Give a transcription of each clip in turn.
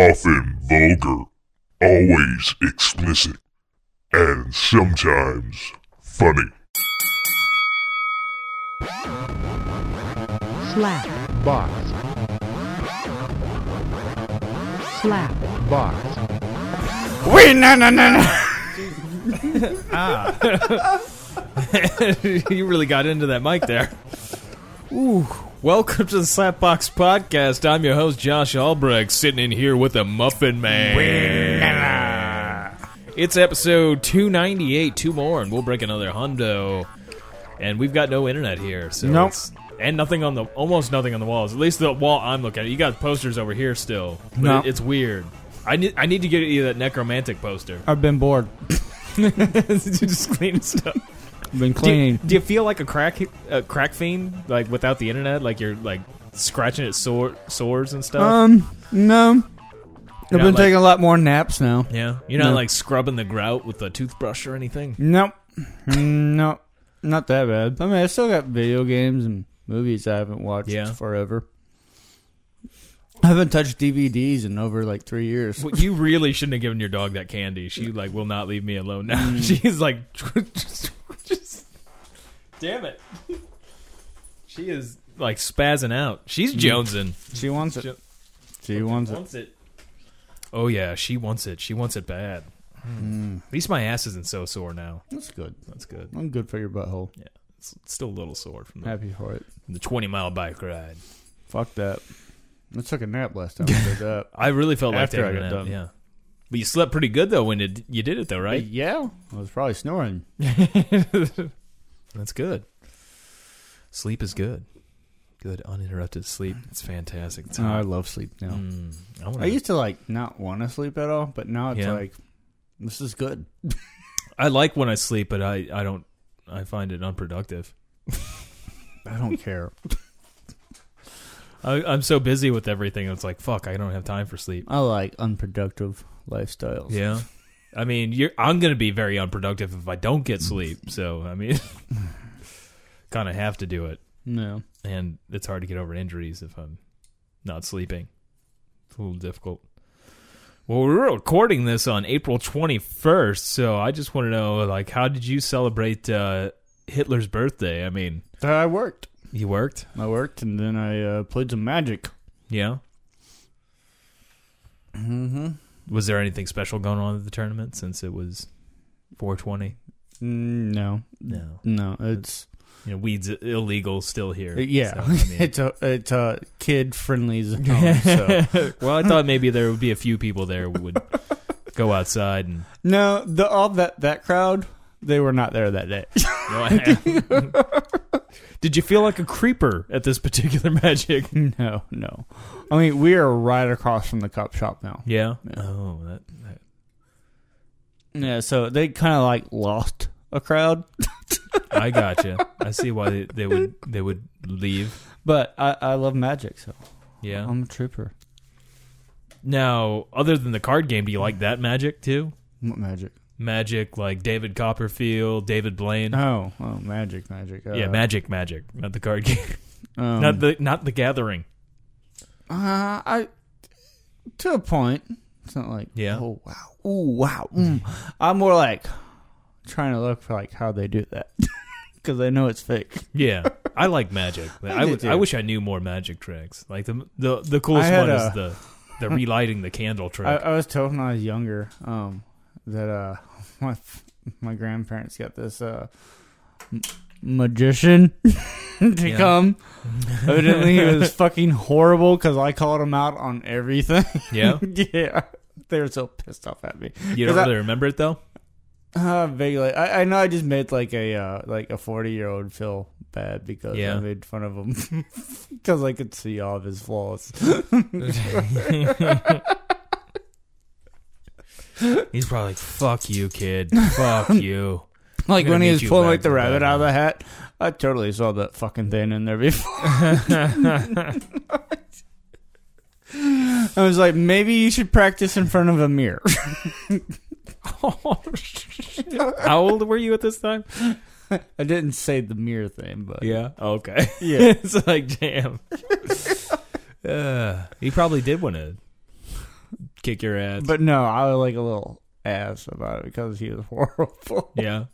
often vulgar, always explicit, and sometimes funny. slap box, slap box. Wait, no, no, no, no. you really got into that mic there. Ooh. Welcome to the Slapbox Podcast. I'm your host, Josh Albrecht, sitting in here with a Muffin Man. It's episode 298, two more, and we'll break another hundo. And we've got no internet here, so Nope. it's- and nothing on the almost nothing on the walls. At least the wall I'm looking at. You got posters over here still. But No. it- it's weird. I need I need to get you that necromantic poster. I've been bored. just clean stuff. Been Do you, clean. do you feel like a crack a crack fiend like without the internet? Like you're like scratching at sore, sores and stuff. um, no. I've not been like- taking a lot more naps now. yeah, you're not no. like scrubbing the grout with a toothbrush or anything. Nope. Mm, nope. Not that bad. I mean, I still got video games and movies I haven't watched Yeah. forever. I haven't touched DVDs in over like three years. Well, you really shouldn't have given your dog that candy. She like will not leave me alone now. She's like, just, just- damn it. She is like spazzing out. She's jonesing. She wants it. She wants it. Mm. Wants it. Oh yeah, she wants it. She wants it bad. At least my ass isn't so sore now. That's good. That's good. I'm good for your butthole. Yeah, it's still a little sore from the, Happy for it. from the 20 mile bike ride. Fuck that. I took a nap last time I did that. I really felt like After taking I got a nap, done. Yeah, but you slept pretty good though when you, d- you did it though, right? Yeah. I was probably snoring. That's good. Sleep is good. Good uninterrupted sleep. It's fantastic. It's Oh, I hot. love sleep now. Uh-huh. Mm, I I wanna- used to like not want to sleep at all, but now it's Yeah. like this is good. I like when I sleep, but I I don't. I find it unproductive. I don't care. I, I'm so busy with everything. It's like fuck. I don't have time for sleep. I like unproductive lifestyles. Yeah. I mean, you're, I'm going to be very unproductive if I don't get sleep. So, I mean, kind of have to do it. No. And it's hard to get over injuries if I'm not sleeping. It's a little difficult. Well, we're recording this on April 21st. So I just want to know, like, how did you celebrate uh, Hitler's birthday? I mean, I worked. you worked? I worked, and then I uh, played some magic. Yeah. Mm-hmm. Was there anything special going on at the tournament since it was 420? Mm, No. No. No. It's You know, weed's illegal still here. yeah. so, I mean- it's a it's a kid friendly zone. so. Oh, well, I thought maybe there would be a few people there who would go outside and. No, the all that that crowd they were not there that day. Did you feel like a creeper at this particular magic? no, no. I mean, we are right across from the cop shop now. Yeah. Yeah. Oh, that, that- Yeah, so they kind of like lost a crowd. I gotcha. I see why they, they would they would leave. But I, I love magic, so Yeah. I'm a trooper. now, other than the card game, do you like that magic too? What magic? Magic like David Copperfield, David Blaine. Oh, oh, magic, magic. Uh, yeah, magic, magic, not the card game, um, not the not the gathering. uh, I to a point. It's not like Yeah. Oh wow. Ooh wow. Mm. I'm more like trying to look for like how they do that because I know it's fake. Yeah, I like magic. I, do would- too. I wish I knew more magic tricks. Like the the the coolest I had one is a- the the relighting the candle trick. I, I was told when I was younger um, that uh, my my grandparents got this uh, m- magician to Yeah. come. Evidently, he was fucking horrible because I called him out on everything. yeah, yeah, they were so pissed off at me. you don't I- really remember it though. Uh, vaguely, I, I know I just made like a uh, like a forty year old feel bad because Yeah. I made fun of him because I could see all of his flaws. He's probably like, "Fuck you, kid. Fuck you." Like gonna when he get was you pulling back like the to rabbit that. out of the hat, I totally saw that fucking thing in there before. I was like, maybe you should practice in front of a mirror. How old were you at this time? I didn't say the mirror thing, but Yeah. Okay. yeah. it's like, damn. Uh, he probably did want to kick your ass. But no, I was like a little ass about it because he was horrible. yeah.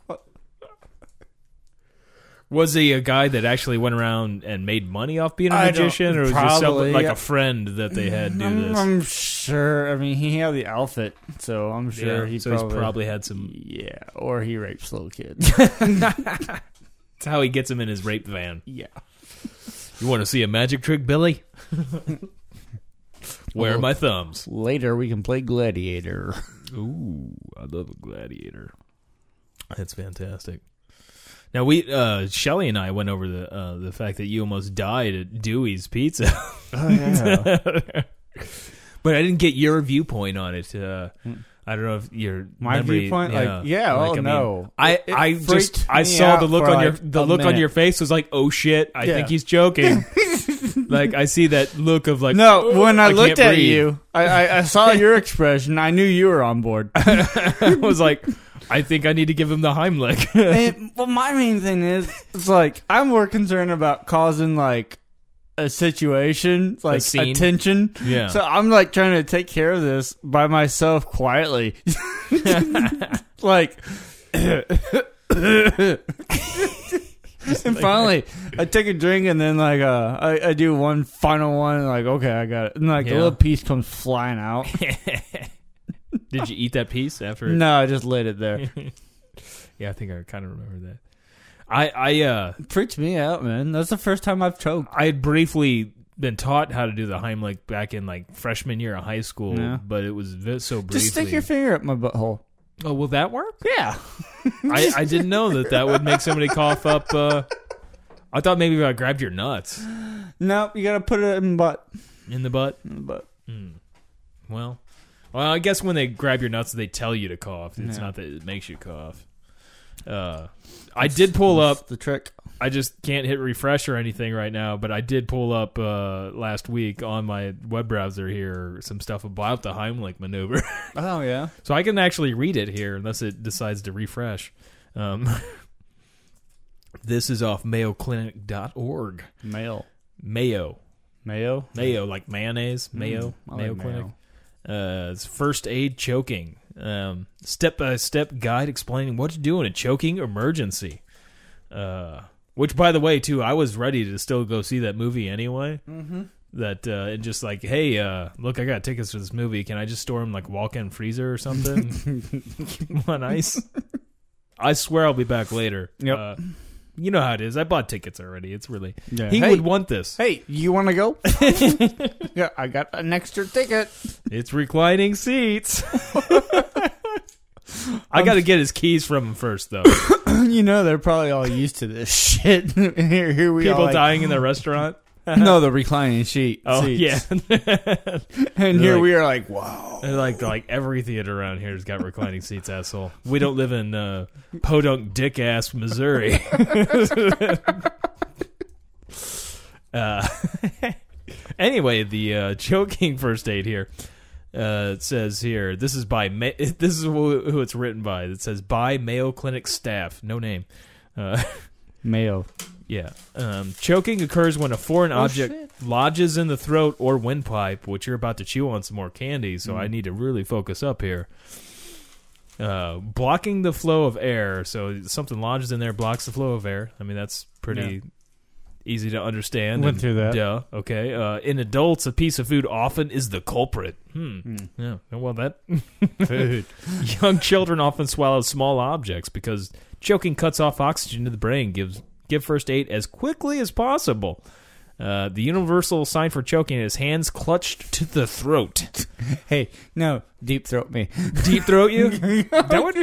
Was he a guy that actually went around and made money off being a I don't- magician, or was just someone probably, like yeah. a friend that they had do I'm, this? I'm sure. I mean, he had the outfit, so I'm sure Yeah, he so probably, he's probably had some. yeah, or he rapes little kids. That's how he gets him in his rape van. yeah, You want to see a magic trick, Billy? Where are my thumbs? later we can play gladiator. Ooh, I love a gladiator. That's fantastic. Now we, uh, Shelly and I went over the uh, the fact that you almost died at Dewey's Pizza, Oh yeah, but I didn't get your viewpoint on it. Uh, I don't know if your Mm. my memory- viewpoint, like yeah, Like, oh I mean, no, I, It- it I freaked just I me saw out the look for, on your like, the a look on minute. your face was like oh shit I Yeah. think he's joking like I see that look of like No, "Oh, when I, can't looked at breathe." you, I, I, I saw your expression. I knew you were on board. I was like I think I need to give him the Heimlich And, well, my main thing is, it's like I'm more concerned about causing like a situation, like scene. a tension. yeah So I'm like trying to take care of this by myself quietly. like and finally I take a drink and then like uh I, I do one final one and like okay I got it. And like a Yeah. little piece comes flying out. did you eat that piece after no, I just laid it there. yeah I think I kind of remember that I I uh Freaked me out, man. That's the first time I've choked. I had briefly been taught how to do the Heimlich back in like freshman year of high school Yeah. but it was vi- so briefly Just stick your finger up my butthole. oh will that work Yeah. I, I didn't know that that would make somebody cough up. Uh, I thought maybe if I grabbed your nuts No, you gotta put it in the butt. in the butt. In the butt. Well, well, I guess when they grab your nuts, they tell you to cough. It's Yeah. not that it makes you cough. Uh, I did pull That's up. the trick. I just can't hit refresh or anything right now, but I did pull up uh, last week on my web browser here some stuff about the Heimlich maneuver. Oh yeah. So I can actually read it here unless it decides to refresh. Um, this is off mayoclinic.org. Male. Mayo. Mayo. Mayo, like mayonnaise. Mayo. Mm, I like Mayo Clinic. Uh, it's first aid choking. Um, step by step guide explaining what to do in a choking emergency. Uh, which, by the way, too, I was ready to still go see that movie anyway. Mm-hmm. That uh, and just like, hey, uh, look, I got tickets for this movie. Can I just store them like walk-in freezer or something? Keep 'em on ice. I swear I'll be back later. Yep. Uh, you know how it is. I bought tickets already. It's really Yeah. he Hey. would want this. Hey, you want to go? yeah, I got an extra ticket. It's reclining seats. I got to get his keys from him first, though. People you know they're probably all used to this shit. here, here we are. dying in the restaurant. no, the reclining sheet. Oh seats. yeah, and here like- we are, like wow. And like like every theater around here's got reclining seats, asshole. We don't live in uh, podunk dick ass Missouri. uh, anyway, the uh, joking first aid here uh, it says here this is by Ma- this is who, who it's written by. It says by Mayo Clinic staff, no name. Uh, Mayo. yeah. Um, choking occurs when a foreign object lodges in the throat or windpipe, which you're about to chew on some more candy, so I need to really focus up here. Uh, blocking the flow of air. So something lodges in there, blocks the flow of air. I mean, that's pretty easy to understand. Went and through that. Duh. Okay. Uh, in adults, a piece of food often is the culprit. Hmm. Yeah. Well, that Food. Young children often swallow small objects because choking cuts off oxygen to the brain. Gives give first aid as quickly as possible. Uh, the universal sign for choking is hands clutched to the throat. hey, no, deep throat me. Deep throat you? that would.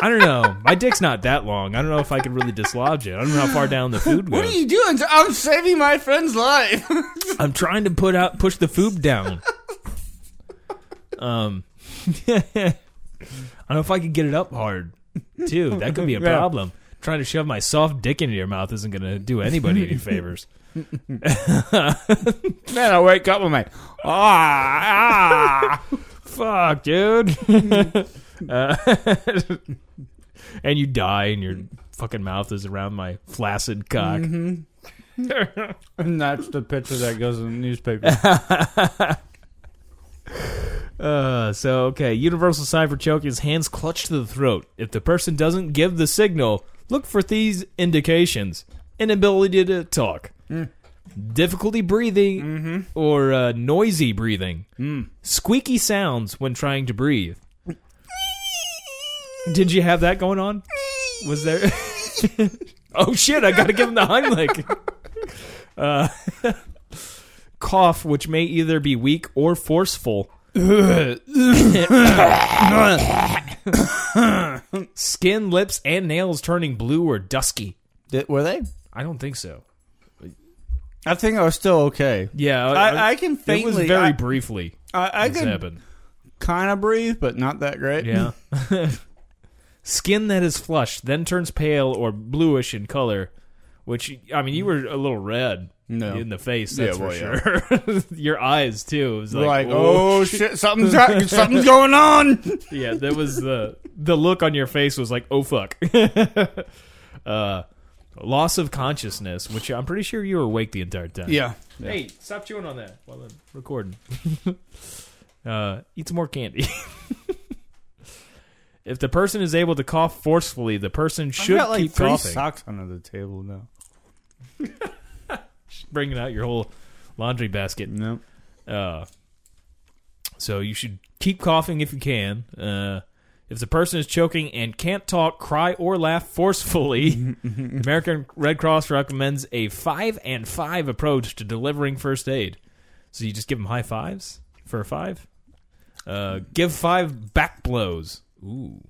I don't know. My dick's not that long. I don't know if I could really dislodge it. I don't know how far down the food What are goes. you doing? I'm saving my friend's life. I'm trying to put out push the food down. Um, I don't know if I could get it up hard, too. That could be a Yeah. problem. Trying to shove my soft dick into your mouth isn't going to do anybody any favors. then I wake up with my ah, ah, fuck, dude. Uh, and you die, and your fucking mouth is around my flaccid cock. And that's the picture that goes in the newspaper. Uh, so okay, universal sign for choking is hands clutched to the throat. If the person doesn't give the signal, look for these indications: inability to talk, difficulty breathing, or uh, noisy breathing, squeaky sounds when trying to breathe. Did you have that going on? Was there? oh shit! I gotta give him the Heimlich. Uh, cough, which may either be weak or forceful. Skin, lips, and nails turning blue or dusky. Did, were they? I don't think so. I think I was still okay. Yeah, I, I can It faintly. was very I- briefly. I, I this could happened. kind of breathe, but not that great. Yeah. Skin that is flushed, then turns pale or bluish in color. Which I mean, you were a little red No. in the face. That's Yeah, for sure. Your eyes too. It was Like, like, oh, shit, something's right, something's going on. yeah, that was the the look on your face was like, oh fuck. uh, loss of consciousness, which I'm pretty sure you were awake the entire time. Yeah, Hey, stop chewing on that while I'm recording. uh, eat some more candy. if the person is able to cough forcefully, the person should I've got like keep three coughing. socks under the table now. bringing out your whole laundry basket. No, Uh, so you should keep coughing if you can. Uh, if the person is choking and can't talk, cry, or laugh forcefully, the American Red Cross recommends a five and five approach to delivering first aid. So you just give them high fives for a five. Uh, give five back blows. Ooh,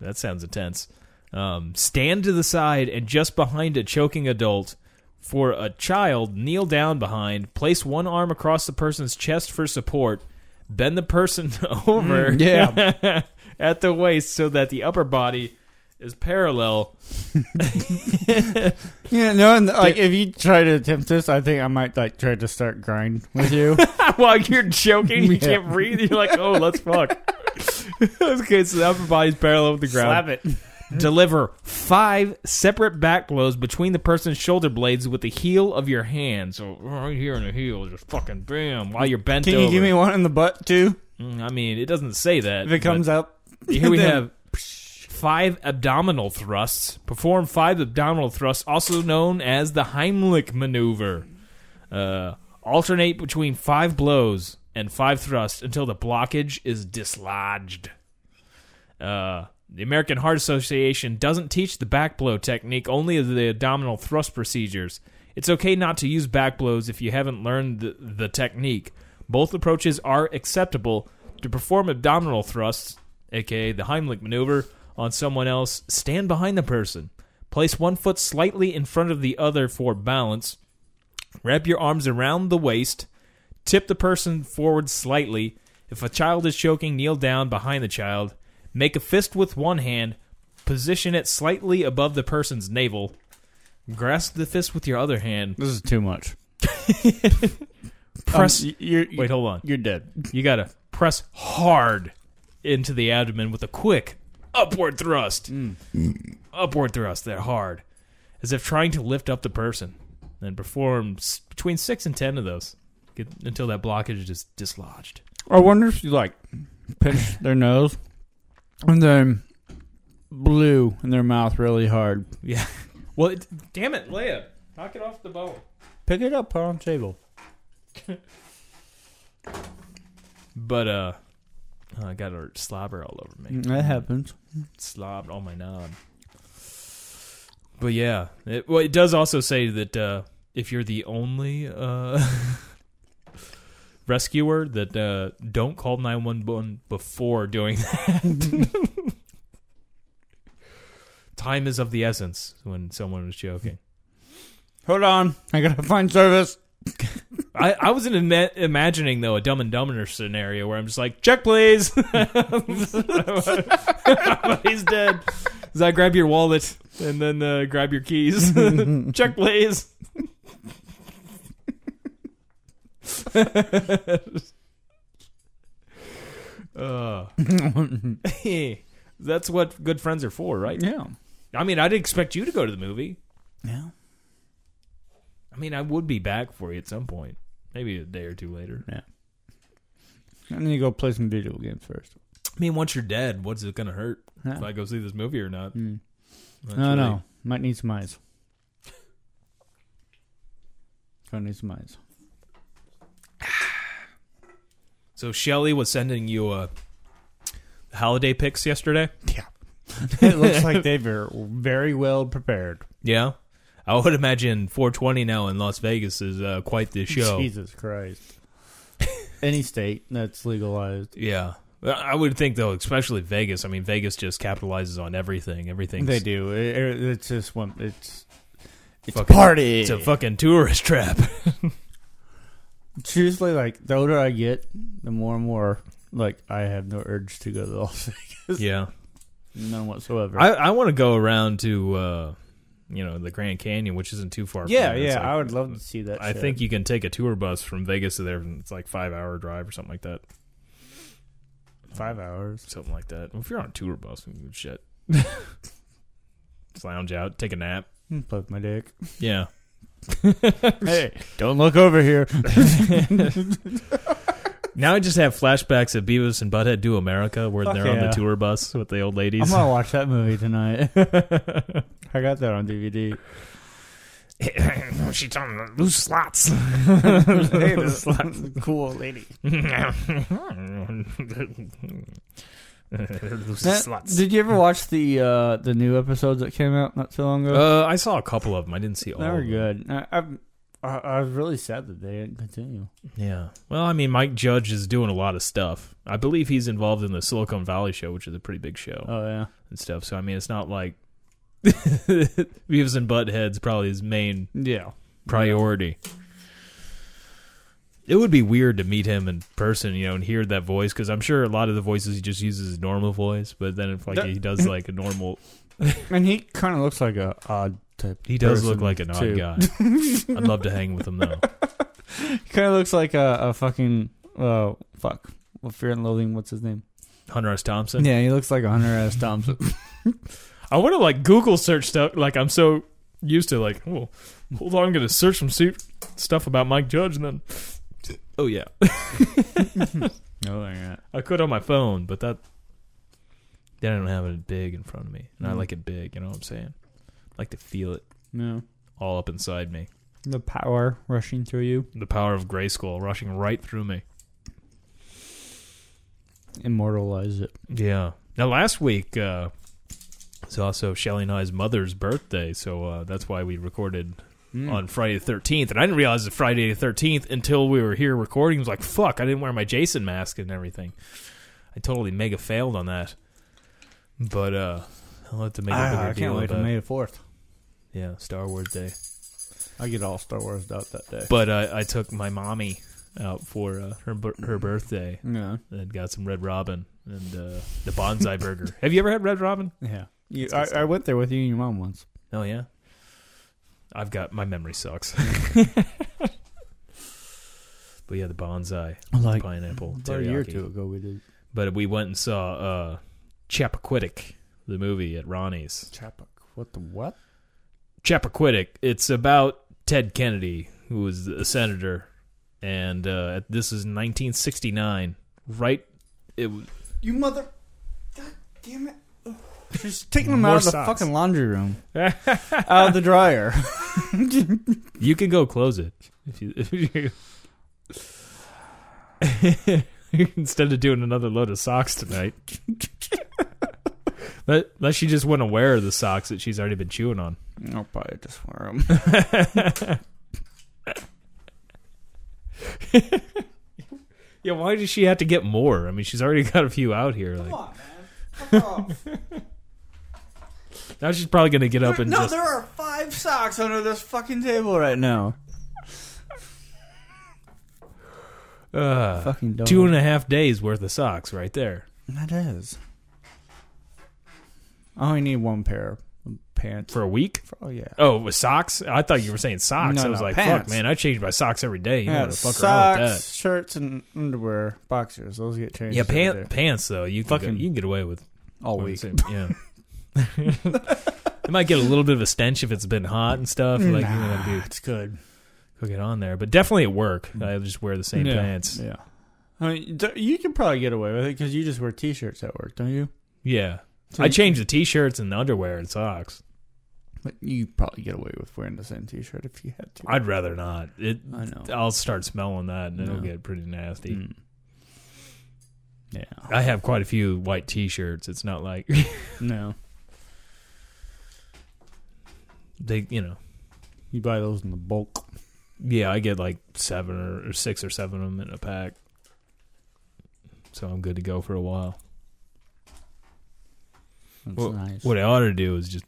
that sounds intense. Um, stand to the side and just behind a choking adult. For a child, kneel down behind, place one arm across the person's chest for support, bend the person over yeah. at the waist so that the upper body is parallel. yeah, no. And like, if you try to attempt this, I think I might like try to start grind with you. While you're choking, you Yeah. can't breathe. You're like, oh, let's fuck. okay, so the upper body's parallel with the ground. it. Deliver five separate back blows between the person's shoulder blades with the heel of your hand. So right here in the heel, just fucking bam, while you're bent Can over. you give me one in the butt too? Mm, I mean, it doesn't say that. If it comes up, Here we then- have five abdominal thrusts. Perform five abdominal thrusts, also known as the Heimlich maneuver. Uh, alternate between five blows and five thrusts until the blockage is dislodged. Uh, the American Heart Association doesn't teach the back blow technique, only the abdominal thrust procedures. It's okay not to use back blows if you haven't learned the, the technique. Both approaches are acceptable. To perform abdominal thrusts, aka the Heimlich maneuver, on someone else, stand behind the person. Place one foot slightly in front of the other for balance. Wrap your arms around the waist. Tip the person forward slightly. If a child is choking, kneel down behind the child. Make a fist with one hand. Position it slightly above the person's navel. Grasp the fist with your other hand. This is too much. Press. Um, you're, you're, wait, hold on. you're dead. You gotta press hard into the abdomen with a quick upward thrust. Mm. Upward thrust, that hard. As if trying to lift up the person. Then perform s- between six and ten of those get, until that blockage is dislodged. I wonder if you like pinch their nose and then blew in their mouth really hard. Yeah. Well, it, damn it, Leia. Knock it off the bone. Pick it up, put it on the table. But, uh, oh, I got a slobber all over Mm-hmm. me. That happens. slobbed on my knob. But yeah, it, well, it does also say that uh, if you're the only uh, rescuer, that uh, don't call nine one one before doing that. Time is of the essence when someone was joking. Hold on, I gotta find service. I, I wasn't ima- imagining though a Dumb and Dumber scenario where I'm just like, check please. He's dead. Is I grab your wallet and then uh, grab your keys. check please. uh, that's what good friends are for, right? Yeah, I mean, I'd expect you to go to the movie. yeah, I mean, I would be back for you at some point, maybe a day or two later. yeah. I need to go play some video games first. I mean, once you're dead, what's it gonna hurt Yeah. if I go see this movie or not? Mm. That's No, really- no. Might need some eyes. Gonna need some eyes. So Shelly was sending you a holiday pics yesterday. it looks like they were very well prepared. Yeah, I would imagine 420 now in Las Vegas is uh, quite the show. Jesus Christ. Any state that's legalized. Yeah, I- I would think though, especially Vegas. I mean, Vegas just capitalizes on everything. Everything They do. It- it- it's just one. It's it's Fucking- party. It's a fucking tourist trap. Seriously, like the older I get, the more and more like I have no urge to go to Las Vegas. yeah, None whatsoever. I, I want to go around to uh, you know the Grand Canyon, which isn't too far. yeah, from here. It's yeah. like- I would love to see that. I shit. think you can take a tour bus from Vegas to there. and It's like five hour drive or something like that. five hours. Something like that. If you're on a tour bus, you can shit. Just lounge out, take a nap. Play with Hmm, my dick. Yeah. hey, don't look over here. Now I just have flashbacks of Beavis and Butthead Do America where Fuck they're on the yeah. tour bus with the old I'm ladies. gonna watch that movie tonight. I got that on DVD. She's on loose slots. hey, this is cool lady. loose did you ever watch the uh, the new episodes that came out not so long ago? Uh, I saw a couple of them. I didn't see all. they were of them. good. I, I'm- I, I was really sad that they didn't continue. Yeah. Well, I mean, Mike Judge is doing a lot of stuff. I believe he's involved in the Silicon Valley show, which is a pretty big show Oh yeah, and stuff. So I mean, it's not like Beavis and Butthead's probably his main yeah. priority. It would be weird to meet him in person, you know, and hear that voice because I'm sure a lot of the voices he just uses his normal voice, but then if like That- he does like a normal, And he kind of looks like a odd type. he does person, look like an odd too. guy. I'd love to hang with him though. He kind of looks like a, a fucking uh fuck. Well, Fear and Loathing. What's his name? Hunter S. Thompson. Yeah, he looks like Hunter S. Thompson. I want to like Google search stuff. Like I'm so used to like, oh, hold on, I'm gonna search some su- stuff about Mike Judge, and then oh yeah, no, they're not. I could on my phone, but that then I don't have it big in front of me, and I Mm. like it big. You know what I'm saying? I like to feel it No, all up inside me. the power rushing through you, The power of Grayskull rushing right through me. immortalize it. Yeah. Now last week uh, it's also Shelly and I's mother's birthday, so uh, that's why we recorded Oh, on Friday the thirteenth, and I didn't realize it's Friday the thirteenth until we were here recording. I was like, "Fuck!" I didn't wear my Jason mask and everything. I totally mega failed on that, but uh, I'll have to make a bigger Ah, I deal can't wait about to May the Fourth. it. Yeah, Star Wars Day. I get all Star Wars out that day. But uh, I took my mommy out for uh, her bir- her birthday Yeah, and got some Red Robin and uh, the Bonsai Burger. Have you ever had Red Robin? yeah. You, It's good I, I stuff. went there with you and your mom once. Oh yeah. I've got my memory sucks. but yeah, the bonsai, Like pineapple, about a year or teriyaki. two ago, we did. But we went and saw uh, Chappaquiddick, the movie at Ronnie's. Chappack. What the what? Chappaquiddick. It's about Ted Kennedy, who was a senator, and uh, this is 1969. Right, it w- You mother. God damn it. She's taking them out More of the socks. fucking laundry room. out of the dryer. you can go close it if you. If you Instead of doing another load of socks tonight, Let- unless she just wouldn't wear the socks that she's already been chewing on. I'll probably just wear them. Yeah, why does she have to get more? I mean, she's already got a few out here. Like, on, man. Fuck off. now she's probably gonna get up and no, just there are five socks under this fucking table right now. uh, Fucking dog. two and a half days worth of socks right there. That is. I only need one pair of pants. for a week. Oh, yeah. Oh, with socks? I thought you were saying socks. No, I was no, like, pants. fuck, man, I change my socks every day. You know yeah, what the fuck around with socks, shirts, and underwear, boxers. Those get that? changed. Yeah, every pant, day. pants though. You can Fucking- get, you can get away with all I'm week. saying, Yeah. it might get a little bit of a stench if it's been hot and stuff. Like you know, that'd be- it's good. Mm. cook it on there, but definitely at work, I just wear the same Yeah. pants. Yeah. I mean, d- you can probably get away with it because you just wear t-shirts at work, don't you? Yeah. So I you- change the t-shirts and the underwear and socks. But you probably get away with wearing the same t-shirt if you had to. I'd rather not. It. I know. I'll start smelling that and it'll No. get pretty nasty. Mm. Yeah. I have quite a few white t-shirts. It's not like No. they, you know. You buy those in the bulk. Yeah, I get like seven or, or six or seven of them in a pack. So I'm good to go for a while. That's Well, nice. What I ought to do is just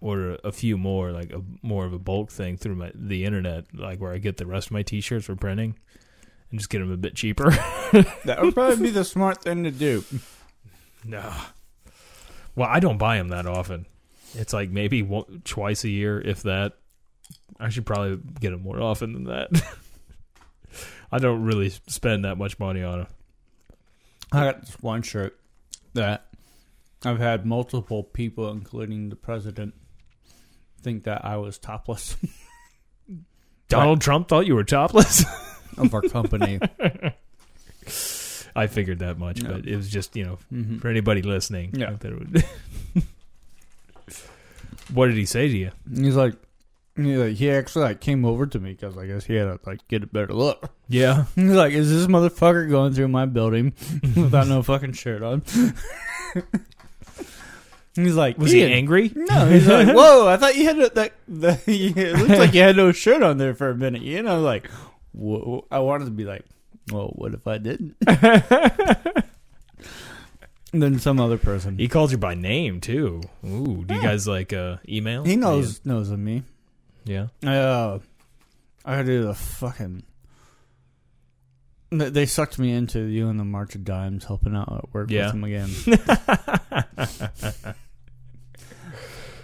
order a few more, like a more of a bulk thing through my the internet, like where I get the rest of my t-shirts for printing, and just get them a bit cheaper. That would probably be the smart thing to do. no, well, I don't buy them that often. It's like maybe one, twice a year, if that. I should probably get them more often than that. I don't really spend that much money on them. I got this one shirt that I've had multiple people, including the president, think that I was topless Donald Trump thought you were topless. of our company. I figured that much, No. but it was just you know Mhm. for anybody listening. Yeah. I thought it would- what did he say to you? And he's like, he's like, he actually like came over to me because I guess he had to like get a better look. Yeah, He's like, is this motherfucker going through my building without no fucking shirt on? he's like, was he "Ian." angry? No, he's like, whoa! I thought you had a, that. that it looks like you had no shirt on there for a minute. You know, like, whoa! I wanted to be like, well, what if I didn't? and then some other person. He called you by name too. Ooh, do you guys like uh, email? He knows knows of me. Yeah. Uh, I gotta do the fucking. They they sucked me into you and the March of Dimes helping out at work Yeah. with them again.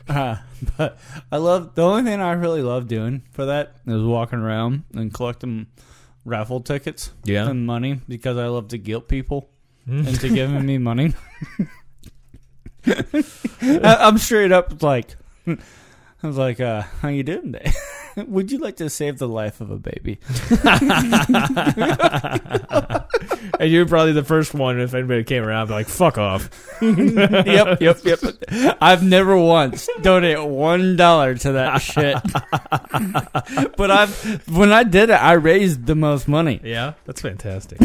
Uh, but I love the only thing I really love doing for that is walking around and collecting raffle tickets Yeah. and money because I love to guilt people Mm. into giving me money. I, I'm straight up like, I was like, uh, how you doing today? Would you like to save the life of a baby? and you're probably the first one. If anybody came around, I'd be like, "Fuck off." yep, yep, yep. I've never once donated one dollar to that shit. but I've when I did it, I raised the most money. Yeah, that's fantastic.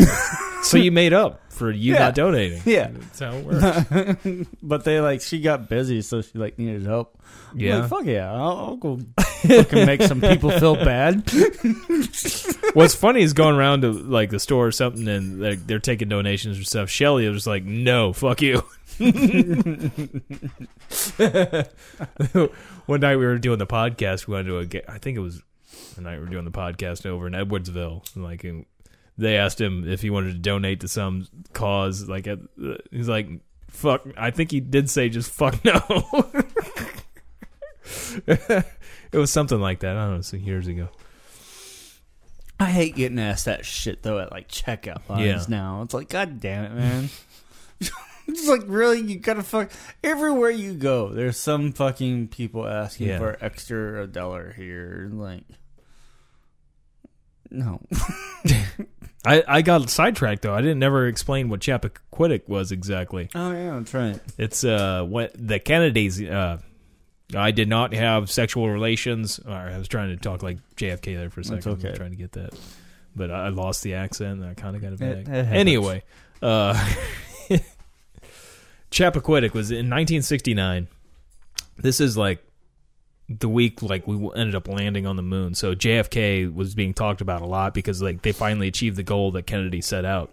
so you made up for you Yeah. not donating. Yeah. that's how it works. but they like she got busy, so she like needed help. I'm Yeah. like, fuck yeah, I'll, I'll go fucking make some people feel bad. What's funny is going around to like the store or something, and like they're taking donations or stuff. Shelly was just like, "No, fuck you." One night we were doing the podcast. We went to a, ga- I think it was the night we were doing the podcast over in Edwardsville. And like, and they asked him if he wanted to donate to some cause. Like, at, he's like, "Fuck." I think he did say just "fuck no." it was something like that. I don't know, some years ago. I hate getting asked that shit though at like checkout lines Yeah. now. It's like, god damn it, man. It's like really, you gotta fuck everywhere you go. There's some fucking people asking Yeah. for extra a dollar here. Like, no, I, I got sidetracked though. I didn't never explain what Chappaquiddick was exactly. oh yeah, that's right. It's uh what the Kennedys. Uh, I did not have sexual relations. Or I was trying to talk like JFK there for a second. That's I'm okay. trying to get that, but I I lost the accent. and I kind of got it It- back. it happens. anyway, uh, Chappaquiddick was in 1969. This is like the week like we ended up landing on the moon. So JFK was being talked about a lot because like they finally achieved the goal that Kennedy set out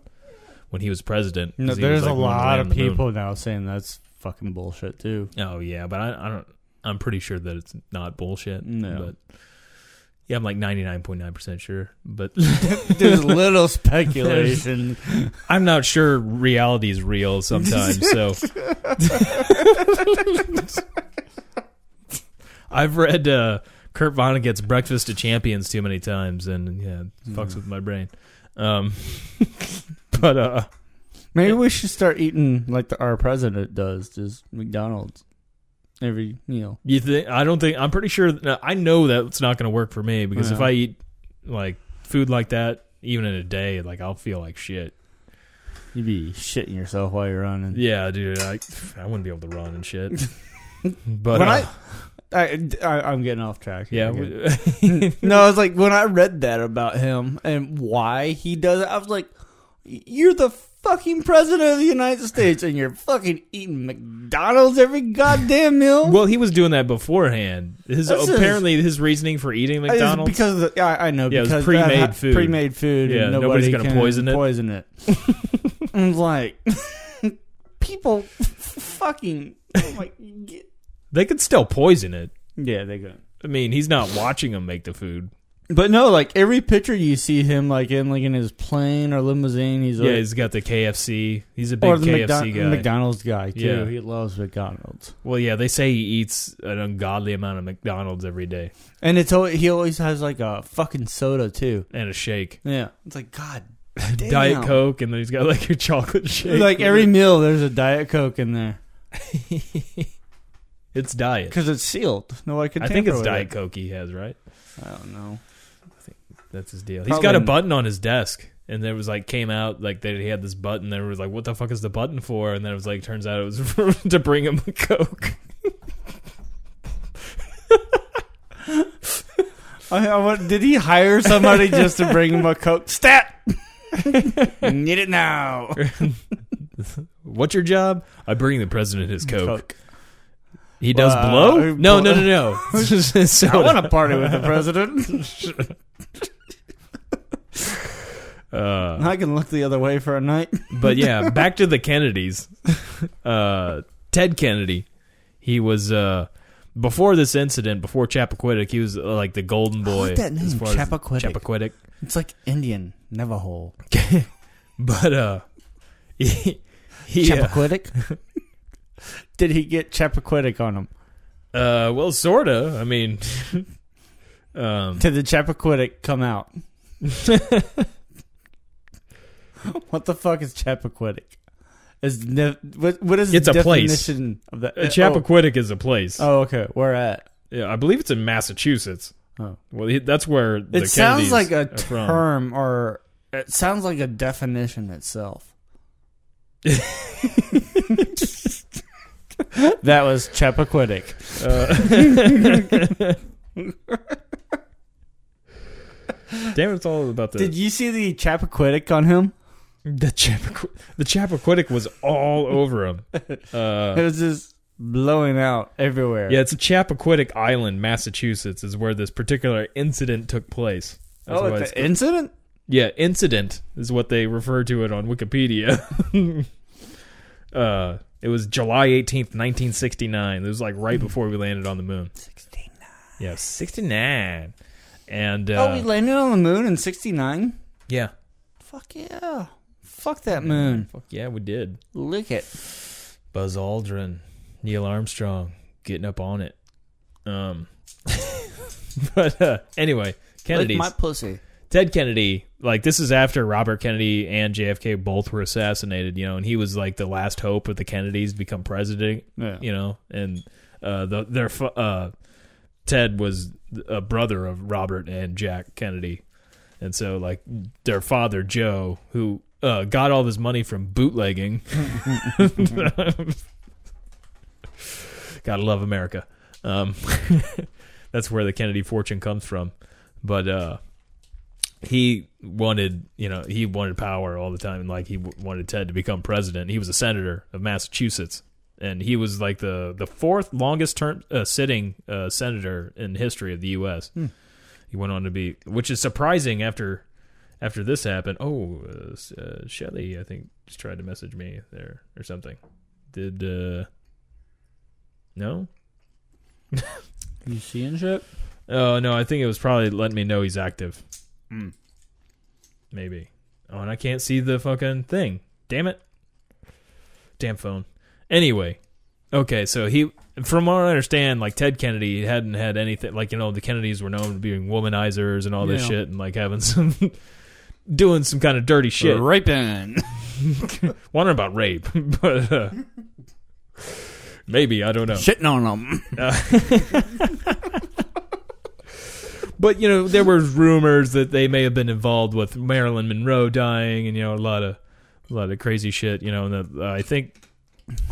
when he was president. 'Cause he was, there's like, a we wanted to lot land of on the moon. people now saying that's fucking bullshit too. Oh yeah, but I, I don't. I'm pretty sure that it's not bullshit. No. But yeah, I'm like 99.9 percent sure, but There's little speculation. I'm not sure reality is real sometimes. so I've read uh, Kurt Vonnegut's "Breakfast of Champions" too many times, and yeah, it fucks Mm. with my brain. Um, but uh, Maybe we should start eating like the, our president does, just McDonald's every meal. You think? I don't think. I'm pretty sure. no, I know that's not going to work for me because if Yeah. I eat like food like that, even in a day, like I'll feel like shit. You'd be shitting yourself while you're running. Yeah, dude, I I wouldn't be able to run and shit. But When uh, I- I, I, am getting off track. yeah, Here. We're good. we- No, it's like when I read that about him and why he does it, I was like, "You're the fucking president of the United States, and you're fucking eating McDonald's every goddamn meal." well, he was doing that beforehand. His This is- apparently his reasoning for eating It's McDonald's. because of the, yeah, I, I know. Yeah, it was because pre-made that- food. Pre-made food. Yeah, and nobody's gonna can poison it. Poison it. I'm like, people, fucking, oh I'm like, get- they could still poison it. Yeah, they go. I mean, he's not watching him make the food. But no, like every picture you see him like in like in his plane or limousine, he's yeah, like, he's got the KFC. He's a big or the KFC McDon- guy. McDonald's guy too. Yeah. He loves McDonald's, Well, yeah, they say he eats an ungodly amount of McDonald's every day and it's always, he always has like a fucking soda too. and a shake, Yeah, it's like, God, Diet damn. Coke, and then he's got like a chocolate shake. like every meal, there's a diet coke in there it's diet. because it's sealed. Nobody could. I think it's Diet Coke he has, right? I don't know. That's his deal. He's Probably got a not. button on his desk, and there was like came out like that he had this button. There was like, what the fuck is the button for? And then it was like, turns out it was to bring him a coke. I, I want- did he hire somebody just to bring him a coke? Stat. Need it now. What's your job? I bring the president his coke. Coke. He does Wow. blow? No, Blow- no, no, no. I Soda. want to party with the president. Uh, I can look the other way for a night. but yeah, back to the Kennedys. Uh, Ted Kennedy, he was uh, before this incident, before Chappaquiddick, he was uh, like the golden boy. that name, as far as- Chappaquiddick. Chappaquiddick. It's like Indian Navajo. But uh, he, he, uh, Chappaquiddick? Did he get Chappaquiddick on him? uh, well, sorta. I mean, um, Did the Chappaquiddick come out? what the fuck is Chappaquiddick? Is ne- what, what is It's the a place. definition of that? uh, Chappaquiddick is a place. Oh, oh, okay. Where at? Yeah, I believe it's in Massachusetts. Oh. Well, he, that's where the It sounds like Kennedys a are from. term, or it sounds like a definition itself. that was Chappaquiddick. Uh, Damn, it's all about the Did you see the Chappaquiddick on him? the Chappaquiddick. The Chappaquiddick was all over him. It Uh, was just blowing out everywhere. yeah, it's Chappaquiddick Island, Massachusetts, is where this particular incident took place. That's Oh, why it's it's- an incident? yeah, incident is what they refer to it on Wikipedia. uh, it was July eighteenth, nineteen sixty nine. It was like right Hmm. before we landed on the moon. Sixteen. Yeah, sixty nine. And uh, Oh, we landed on the moon in 69? yeah, Fuck yeah. Fuck that moon. fuck yeah, we did. Lick it. Buzz Aldrin, Neil Armstrong, getting up on it. Um, but uh, anyway, Kennedy's pussy. Ted Kennedy. Like this is after Robert Kennedy and JFK both were assassinated. You know, and he was like the last hope of the Kennedys to become president. Yeah. You know, and uh, the, their fu- uh, Ted was a brother of Robert and Jack Kennedy, and so like their father Joe, who uh, got all of his money from bootlegging. Gotta love America. Um, that's where the Kennedy fortune comes from. But uh, he wanted, you know, he wanted power all the time, and like he w- wanted Ted to become president. He was a senator of Massachusetts, and he was like the the fourth longest term uh, sitting uh, senator in history of the U.S. He went on to be, which is surprising after after this happened. Oh, uh, S- uh, Shelley, I think just tried to message me there or something. Did uh, no? You seeing shit? Oh no, I think it was probably letting me know he's active. Maybe. Oh, and I can't see the fucking thing. Damn it. Damn phone. Anyway, okay, so he, from what I understand, like Ted Kennedy hadn't had anything. Like you know, the Kennedys were known to being womanizers and all this Yeah. shit, and like having some, doing some kind of dirty shit. Raping. Wondering about rape, but uh, maybe I don't know. Shitting on him. But you know, there were rumors that they may have been involved with Marilyn Monroe dying, and you know, a lot of a lot of crazy shit, you know. And that, uh, I think,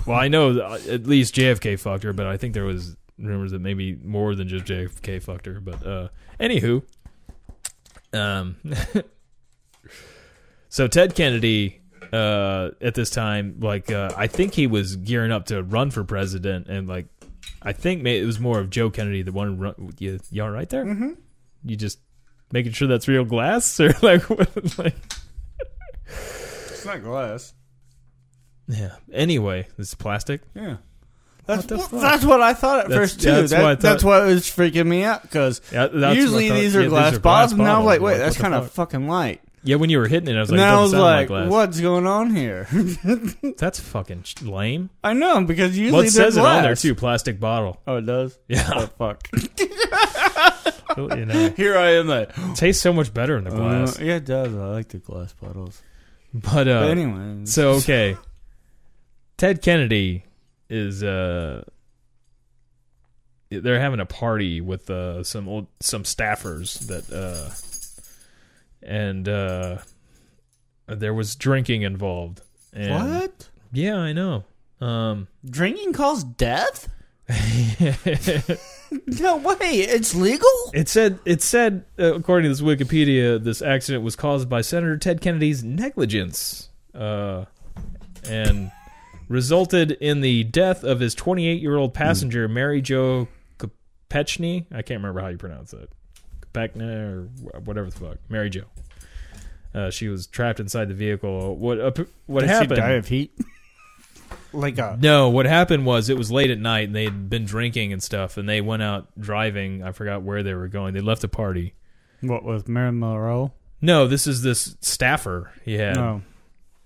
well, I know uh, at least JFK fucked her, but I think there was rumors that maybe more than just JFK fucked her. But uh, anywho, um, so Ted Kennedy uh, at this time, like uh, I think he was gearing up to run for president, and like I think ma- it was more of Joe Kennedy the one. Run- you, you all right there? Mm-hmm. You just making sure that's real glass or like what? Like, It's not glass. yeah. Anyway, this is plastic. Yeah. That's What the what, fuck? that's what I thought at That's- first too. that's That's, what I that, thought. that's why it was freaking me out because Yeah, that's usually what I thought. these Yeah, are glass are bottles, and now I'm bottles. like, wait, what that's the kind of fuck? fucking light. Yeah, when you were hitting it, I was And like, then I doesn't was sound like, glass. what's going on here? That's fucking sh- lame. I know because usually Well, they're it says it on there glass. too, plastic bottle. Oh, it does. Yeah, Oh, fuck. you know, Here I am, like it tastes so much better in the glass. Uh, yeah, it does. I like the glass bottles. But, uh, But anyway, so okay, Ted Kennedy is uh, they're having a party with uh some old some staffers that uh, and uh, there was drinking involved. And, what Yeah, I know. Um, drinking caused death? No way, it's legal. It said it said uh, according to this Wikipedia, this accident was caused by Senator Ted Kennedy's negligence, uh, and resulted in the death of his 28 year old passenger Mary Jo Kopechne. I can't remember how you pronounce it, Kopechne or wh- whatever the fuck, Mary Jo. Uh, she was trapped inside the vehicle. What uh, what happened? of heat? Like uh, a No, what happened was it was late at night and they had been drinking and stuff, and they went out driving. I forgot where they were going. They left the party. What with Marilyn Monroe? No, this is this staffer he had. No.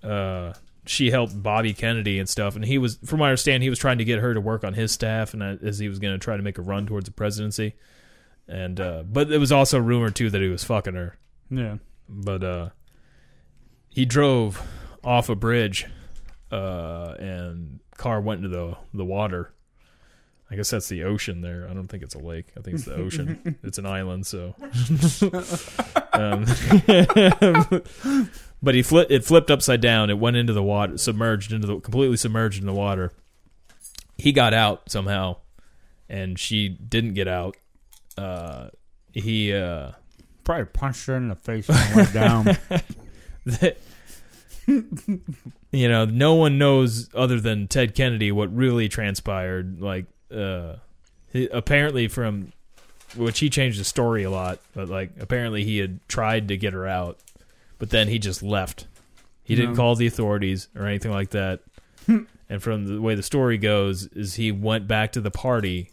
Uh, she helped Bobby Kennedy and stuff, and he was, from what I understand, he was trying to get her to work on his staff, and uh, as he was going to try to make a run towards the presidency. And uh, but it was also rumored too that he was fucking her. Yeah. But uh, he drove off a bridge, uh, and car went into the the water. I guess that's the ocean there. I don't think it's a lake. I think it's the ocean. it's an island, so. um, but he flipped. It flipped upside down. It went into the water, submerged into the completely submerged in the water. He got out somehow, and she didn't get out. Uh, he uh, Probably punched her in the face and went down. that you know no one knows other than ted kennedy what really transpired like uh he, apparently from which he changed the story a lot but like apparently he had tried to get her out but then he just left he didn't No. call the authorities or anything like that and from the way the story goes is he went back to the party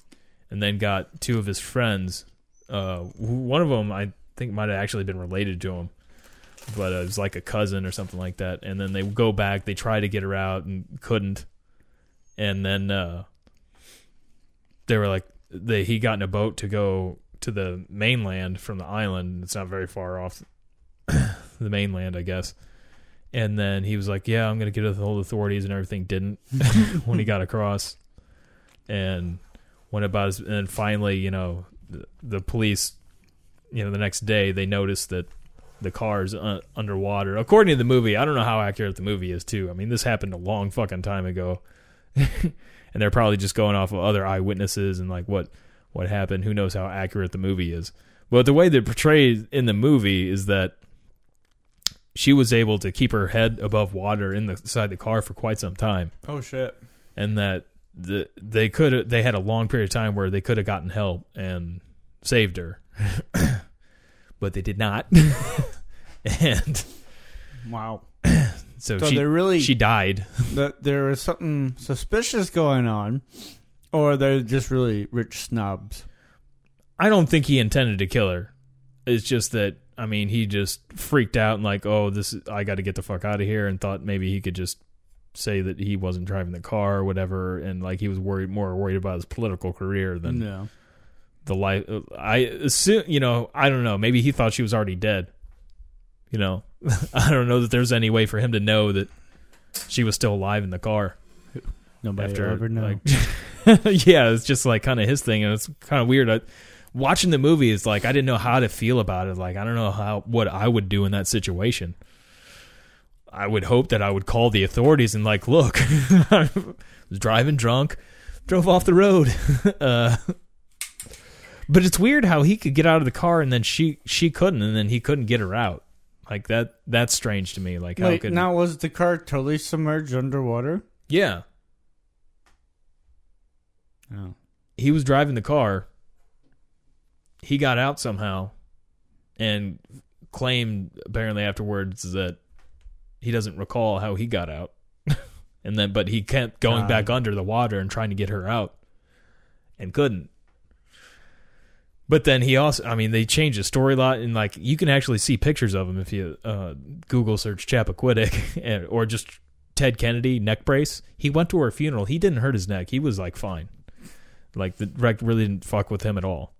and then got two of his friends uh wh- one of them i think might have actually been related to him but uh, it was like a cousin or something like that. And then they go back, they try to get her out and couldn't. And then uh, they were like, they, he got in a boat to go to the mainland from the island. It's not very far off the mainland, I guess. And then he was like, "Yeah, I'm gonna get to the whole authorities," and everything didn't when he got across, and went about. His, and then finally, you know, the, the police, you know, the next day they noticed that the car's uh, underwater. According to the movie, I don't know how accurate the movie is too. I mean, this happened a long fucking time ago, and they're probably just going off of other eyewitnesses and like what what happened. Who knows how accurate the movie is? But the way they're portrayed in the movie is that she was able to keep her head above water in the inside the car for quite some time, oh shit. and that the, they could they had a long period of time where they could have gotten help and saved her, but they did not, and wow. so, So she they're really she died. that there is something suspicious going on, or they're just really rich snobs. I don't think he intended to kill her. It's just that I mean he just freaked out and like oh this is, I got to get the fuck out of here and thought maybe he could just say that he wasn't driving the car or whatever and like he was worried more worried about his political career than yeah. the life. I assume, you know, I don't know. Maybe he thought she was already dead. You know, I don't know that there's any way for him to know that she was still alive in the car Nobody after. will ever know. Like, yeah, it's just like kind of his thing, and it's kind of weird. I, watching the movie is like I didn't know how to feel about it. Like I don't know how what I would do in that situation. I would hope that I would call the authorities and like, look, I was driving drunk, drove off the road. uh, but it's weird how he could get out of the car and then she she couldn't, and then he couldn't get her out. Like that that's strange to me. Like how Wait, could now was the car totally submerged underwater? yeah Oh. he was driving the car. He got out somehow and claimed apparently afterwards that he doesn't recall how he got out. and then but he kept going God. back under the water and trying to get her out and couldn't. But then he also I mean they changed the story a lot and like you can actually see pictures of him if you uh, Google search Chappaquiddick and- or just Ted Kennedy neck brace. He went to her funeral. He didn't hurt his neck. He was like fine. Like the wreck really didn't fuck with him at all.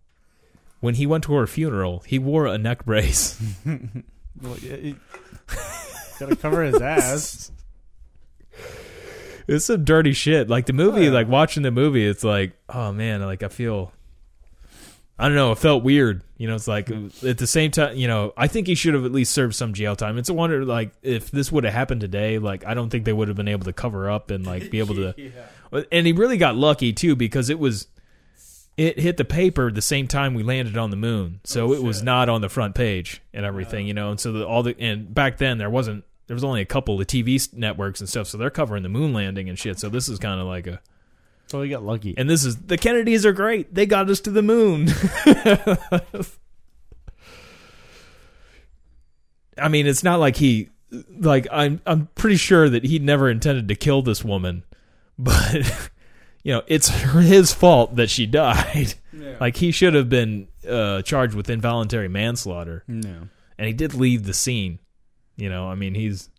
When he went to her funeral, he wore a neck brace. Well, yeah, it- gotta cover his ass. it's some dirty shit. Like the movie, Oh, yeah. like watching the movie, it's like, oh man, like I feel I don't know, it felt weird. You know, it's like at the same time, you know, I think he should have at least served some jail time. It's a wonder like if this would have happened today, like I don't think they would have been able to cover up and like be able to and he really got lucky too because it was it hit the paper the same time we landed on the moon so it was not on the front page and everything you know and so the, all the and back then there wasn't there was only a couple of tv s- networks and stuff so they're covering the moon landing and shit so this is kind of like a So he got lucky. and this is the kennedys are great they got us to the moon i mean it's not like he like i'm i'm pretty sure that he never intended to kill this woman but you know it's his fault that she died like he should have been uh, charged with involuntary manslaughter No. and he did leave the scene you know i mean he's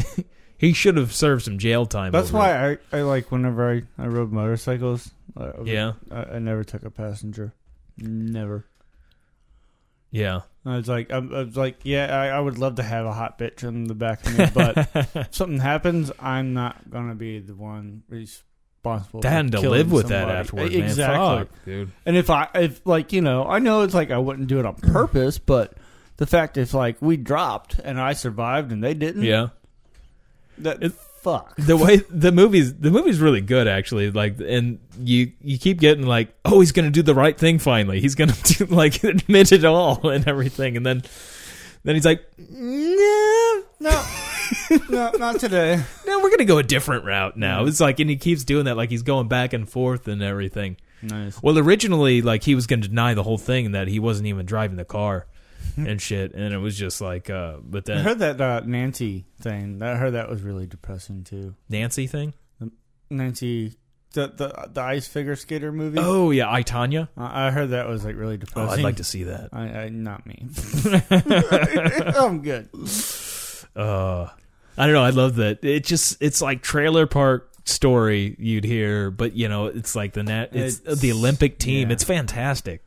he should have served some jail time That's over it. why I, I like whenever I, I rode motorcycles. I, yeah I, I never took a passenger. Never. yeah I was like, I'm, I was like, yeah, I, I would love to have a hot bitch in the back of me, but if something happens, I'm not gonna be the one responsible. for Damn, to killing live with that somebody. afterwards, Exactly. man. Fuck, dude. And if I, if like you know, I know it's like I wouldn't do it on purpose, but the fact is like we dropped and I survived and they didn't. Yeah, That It- fuck. the way the movies the movie's really good actually. Like, and you you keep getting like, oh, he's gonna do the right thing finally. He's gonna do, like admit it all and everything, and then then he's like, no, No, no, not today. no, we're gonna go a different route now. It's like, and he keeps doing that, like he's going back and forth and everything. Nice. Well, originally, like he was going to deny the whole thing that he wasn't even driving the car and shit, and it was just like, uh, but I then heard that uh, Nancy thing. I heard that was really depressing too. Nancy thing. Nancy, the the the ice figure skater movie. Oh yeah, I Tanya. I I heard that was like really Oh, depressing. I'd like to see that. I, I not me. I'm good. uh I don't know, I love that. It just it's like trailer park story you'd hear, but you know, it's like the net it's, It's- the Olympic team. yeah. It's fantastic.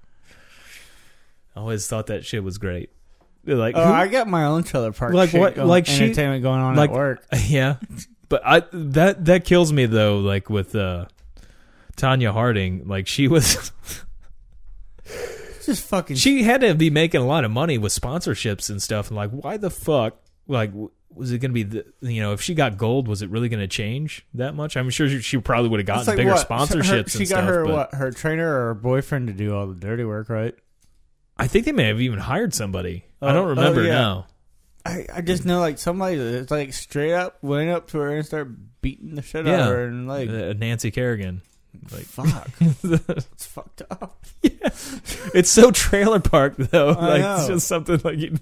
I always thought that shit was great. Like Oh, who- I got my own trailer park. Like shit what- Going, like she- entertainment going on like- at work. yeah. But I that that kills me though like with uh Tanya Harding, like she was Just fucking. she had to be making a lot of money with sponsorships and stuff and like why the fuck like w- was it going to be the you know if she got gold was it really going to change that much i'm sure she, she probably would have gotten It's like bigger what? sponsorships Her, and she got stuff her but what? Her trainer or her boyfriend to do all the dirty work, right? i think they may have even hired somebody i Oh, don't oh, remember yeah. now I, I just know like somebody that's like straight up went up to her and started beating the shit out Yeah. of her and like Uh, nancy kerrigan like fuck, it's fucked up. it's so trailer park though I like it's know. just something like you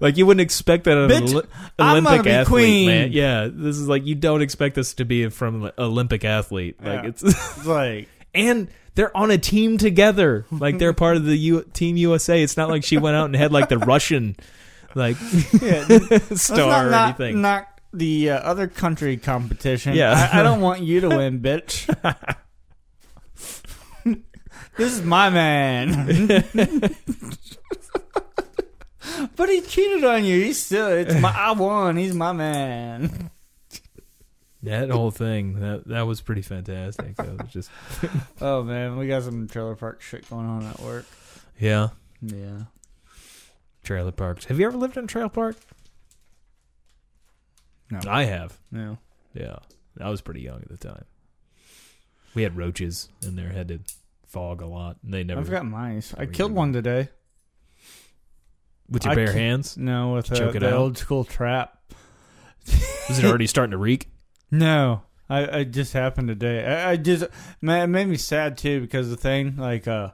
like you wouldn't expect that of Bitch, an Oli- I'm Olympic gonna be athlete, queen. man. Yeah, this is like you don't expect this to be from an Olympic athlete. Like Yeah. it's It's like and they're on a team together. Like they're part of the U- team USA. It's not like she went out and had like the Russian like yeah, let's star not, knock- or anything. knock the uh, other country competition. Yeah. I, I don't want you to win, bitch. this is my man. but he cheated on you. He's still. It's my. I won. He's my man. that whole thing that that was pretty fantastic. That was just Oh man, we got some trailer park shit going on at work. yeah, Yeah. trailer parks. Have you ever lived in a trailer park? I have. Yeah. Yeah. I was pretty young at the time. We had roaches in there, had to fog a lot. And they never I've got mice. I Never killed even- one today. with your I bare can't- hands. No, with Choke a, it the out? old school trap. Is it already starting to reek? No, I, I just happened today. I, I just man, it made me sad too because the thing like uh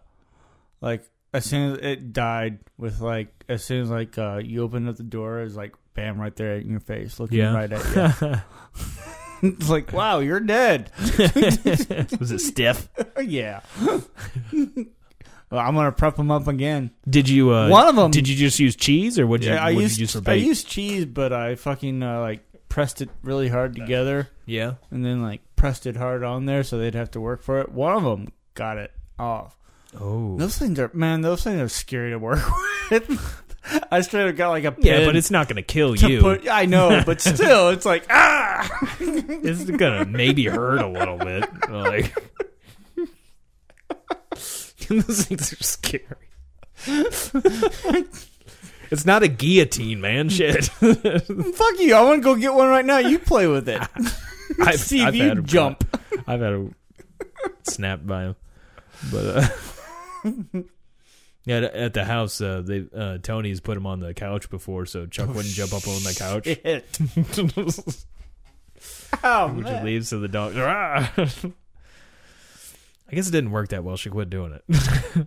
like as soon as it died with like as soon as like uh you opened up the door it was like bam right there in your face looking Yeah. right at you. it's like wow you're dead. was it stiff? yeah. well, I'm gonna prep them up again. Did you? Uh, One of 'em- Did you just use cheese, or what did you? I what'd used you use for I bait? used cheese, but I fucking uh, like pressed it really hard together. yeah. and then like pressed it hard on there so they'd have to work for it. One of them got it off. Oh. Those things are man, those things are scary to work with. I straight up got like a pin yeah, but it's not going to kill to you. put. I know, but still, it's like ah. it's going to maybe hurt a little bit. Like. Those things are scary. it's not a guillotine, man. Shit. Fuck you! I want to go get one right now. You play with it. I've, See if you had a- jump. I've had a snap by him, but uh, yeah, at- at the house, uh, they uh, Tony's put him on the couch before, so Chuck wouldn't jump up on the couch. Oh, Shit. Oh Which man. leaves to the dog. "Rah!" I guess it didn't work that well. She quit doing it.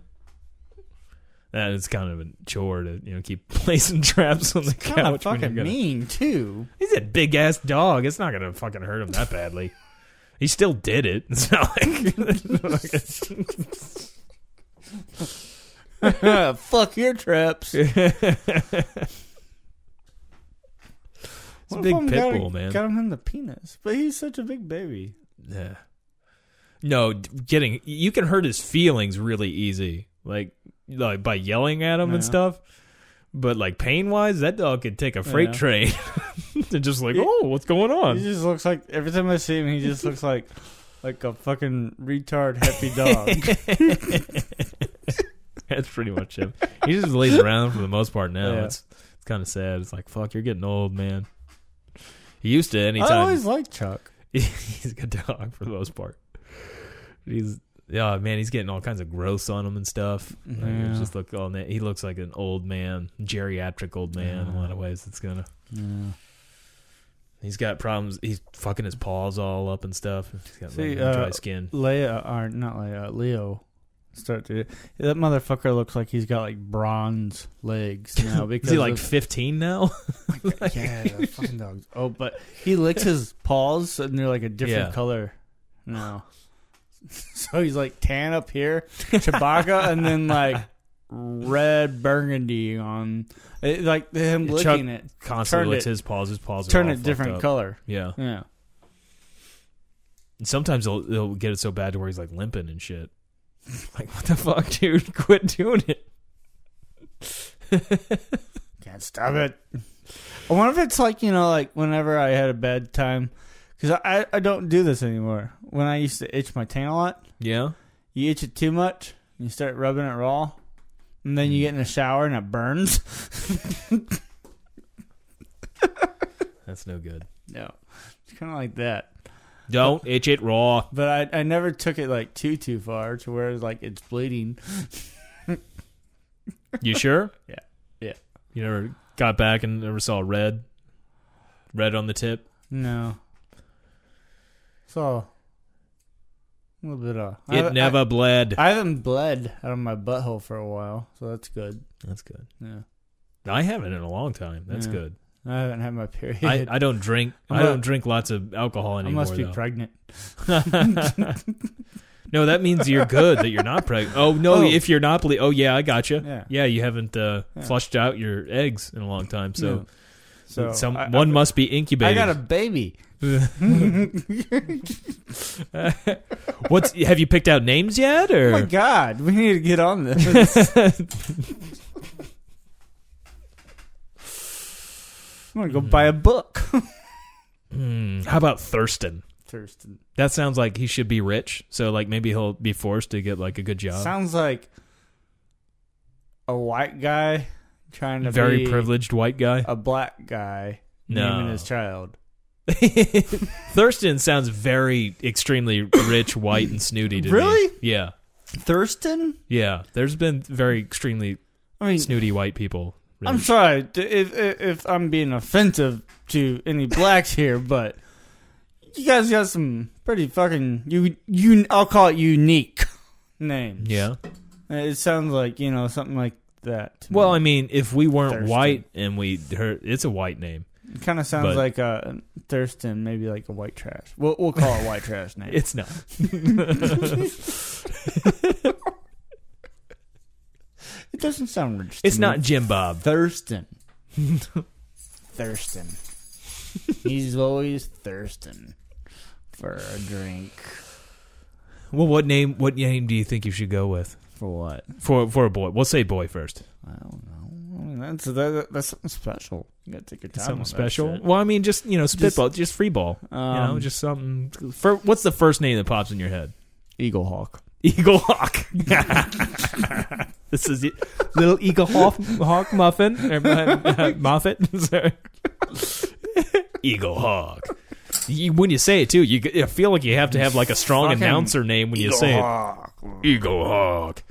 That is kind of a chore to you know keep placing traps on the Kind of couch. when you're fucking gonna- mean too. He's a big ass dog. It's not gonna fucking hurt him that badly. he still did it. It's not like Fuck your traps. It's a big pit bull, got, man. Got him in the penis, but he's such a big baby. yeah. No, d- getting you can hurt his feelings really easy, like like by yelling at him Yeah. and stuff. But like pain wise, that dog could take a freight Yeah. train. They're just like, He- oh, what's going He on? just looks like every time I see him, he just looks like like a fucking retard happy dog. That's pretty much him. He just lays around for the most part now. Yeah. It's it's kind of sad. It's like, fuck, you're getting old, man. He used to anytime. I always liked Chuck. he's a good dog for the most part. He's yeah, man, he's getting all kinds of gross on him and stuff. Like, it's Yeah. just look all na- he looks like an old man, geriatric old man in a lot of ways. It's gonna. He's got problems. He's fucking his paws all up and stuff. He's got See, like, dry uh, skin. Leia, or not Leia, Leo. Start to that motherfucker looks like he's got like bronze legs now Is because he like of- 15 now? yeah the fucking dogs. Oh, but he licks his paws and they're like a different Yeah. color now. So he's like tan up here, Chewbacca, and then like red burgundy on it, like him Yeah, licking Chuck it. Constantly Turned licks it- his paws. His paws are turn all it fucked different up. color. Yeah. Yeah. And sometimes they'll, they'll get it so bad to where he's like limping and shit. Like what the fuck, dude? Quit doing it. Can't stop it. I wonder if it's like, you know, like whenever I had a bad time, because I, I don't do this anymore. When I used to itch my tan a lot, Yeah. you itch it too much, and you start rubbing it raw, and then you get in the shower and it burns. That's no good. No. It's kind of like that. Don't itch it raw. But I, I never took it like too, too far to where like it's bleeding. You sure? Yeah. Yeah. You never got back and never saw red? Red on the tip? No. So, a little bit of. It I- I- never bled. I haven't bled out of my butthole for a while, so that's good. that's good. Yeah. I haven't in a long time. That's Yeah. good. I haven't had my period. I, I don't drink. I'm I a- don't drink lots of alcohol I anymore. must be though. pregnant. no, that means you're good that you're not pregnant. Oh no, Oh. if you're not ble- Oh yeah, I got you. Yeah. you haven't uh, Yeah. flushed out your eggs in a long time, so, Yeah. So some I, one must be I, I incubated. got a baby. What's have you picked out names yet? Or Oh my god, we need to get on this. I'm gonna go Mm-hmm. buy a book. Hmm, how about Thurston? Thurston That sounds like he should be rich. So like maybe he'll be forced to get like a good job. sounds like a white guy trying to Very be privileged white guy. a black guy No. naming his child. Thurston sounds very extremely rich, white, and snooty to Really? me. Yeah. Thurston? Yeah. There's been very extremely I mean, snooty white people. Really. I'm sorry d- if, if if I'm being offensive to any blacks here, but you guys got some pretty fucking you you I'll call it unique names. Yeah. it sounds like you know something like that. to Well, me. I mean, if we weren't Thurston. white and we heard it's a white name. it kind of sounds but- like uh, Thurston, maybe like a white trash. We'll we'll call it white trash name. It's not. it doesn't sound rich. to It's me. not Jim Bob. Thurston. Thurston. He's always thirsting for a drink. Well, what name? What name do you think you should go with For what? for for a boy? We'll say boy first. I don't know. I mean, that's that, that's something special. You gotta take your time. Something on that special. shit. Well, I mean, just you know, spitball, just, free ball. you know, Um, just something. For, what's the first name that pops in your head? Eagle Hawk. Eagle Hawk. this is it. little Eagle Hawk, Hawk Muffin or uh, uh, Moffat. Sorry. Eagle Hawk. You, when you say it too, you, g- I feel like you have to have like a strong Fucking announcer name when you say it. Eagle Hawk.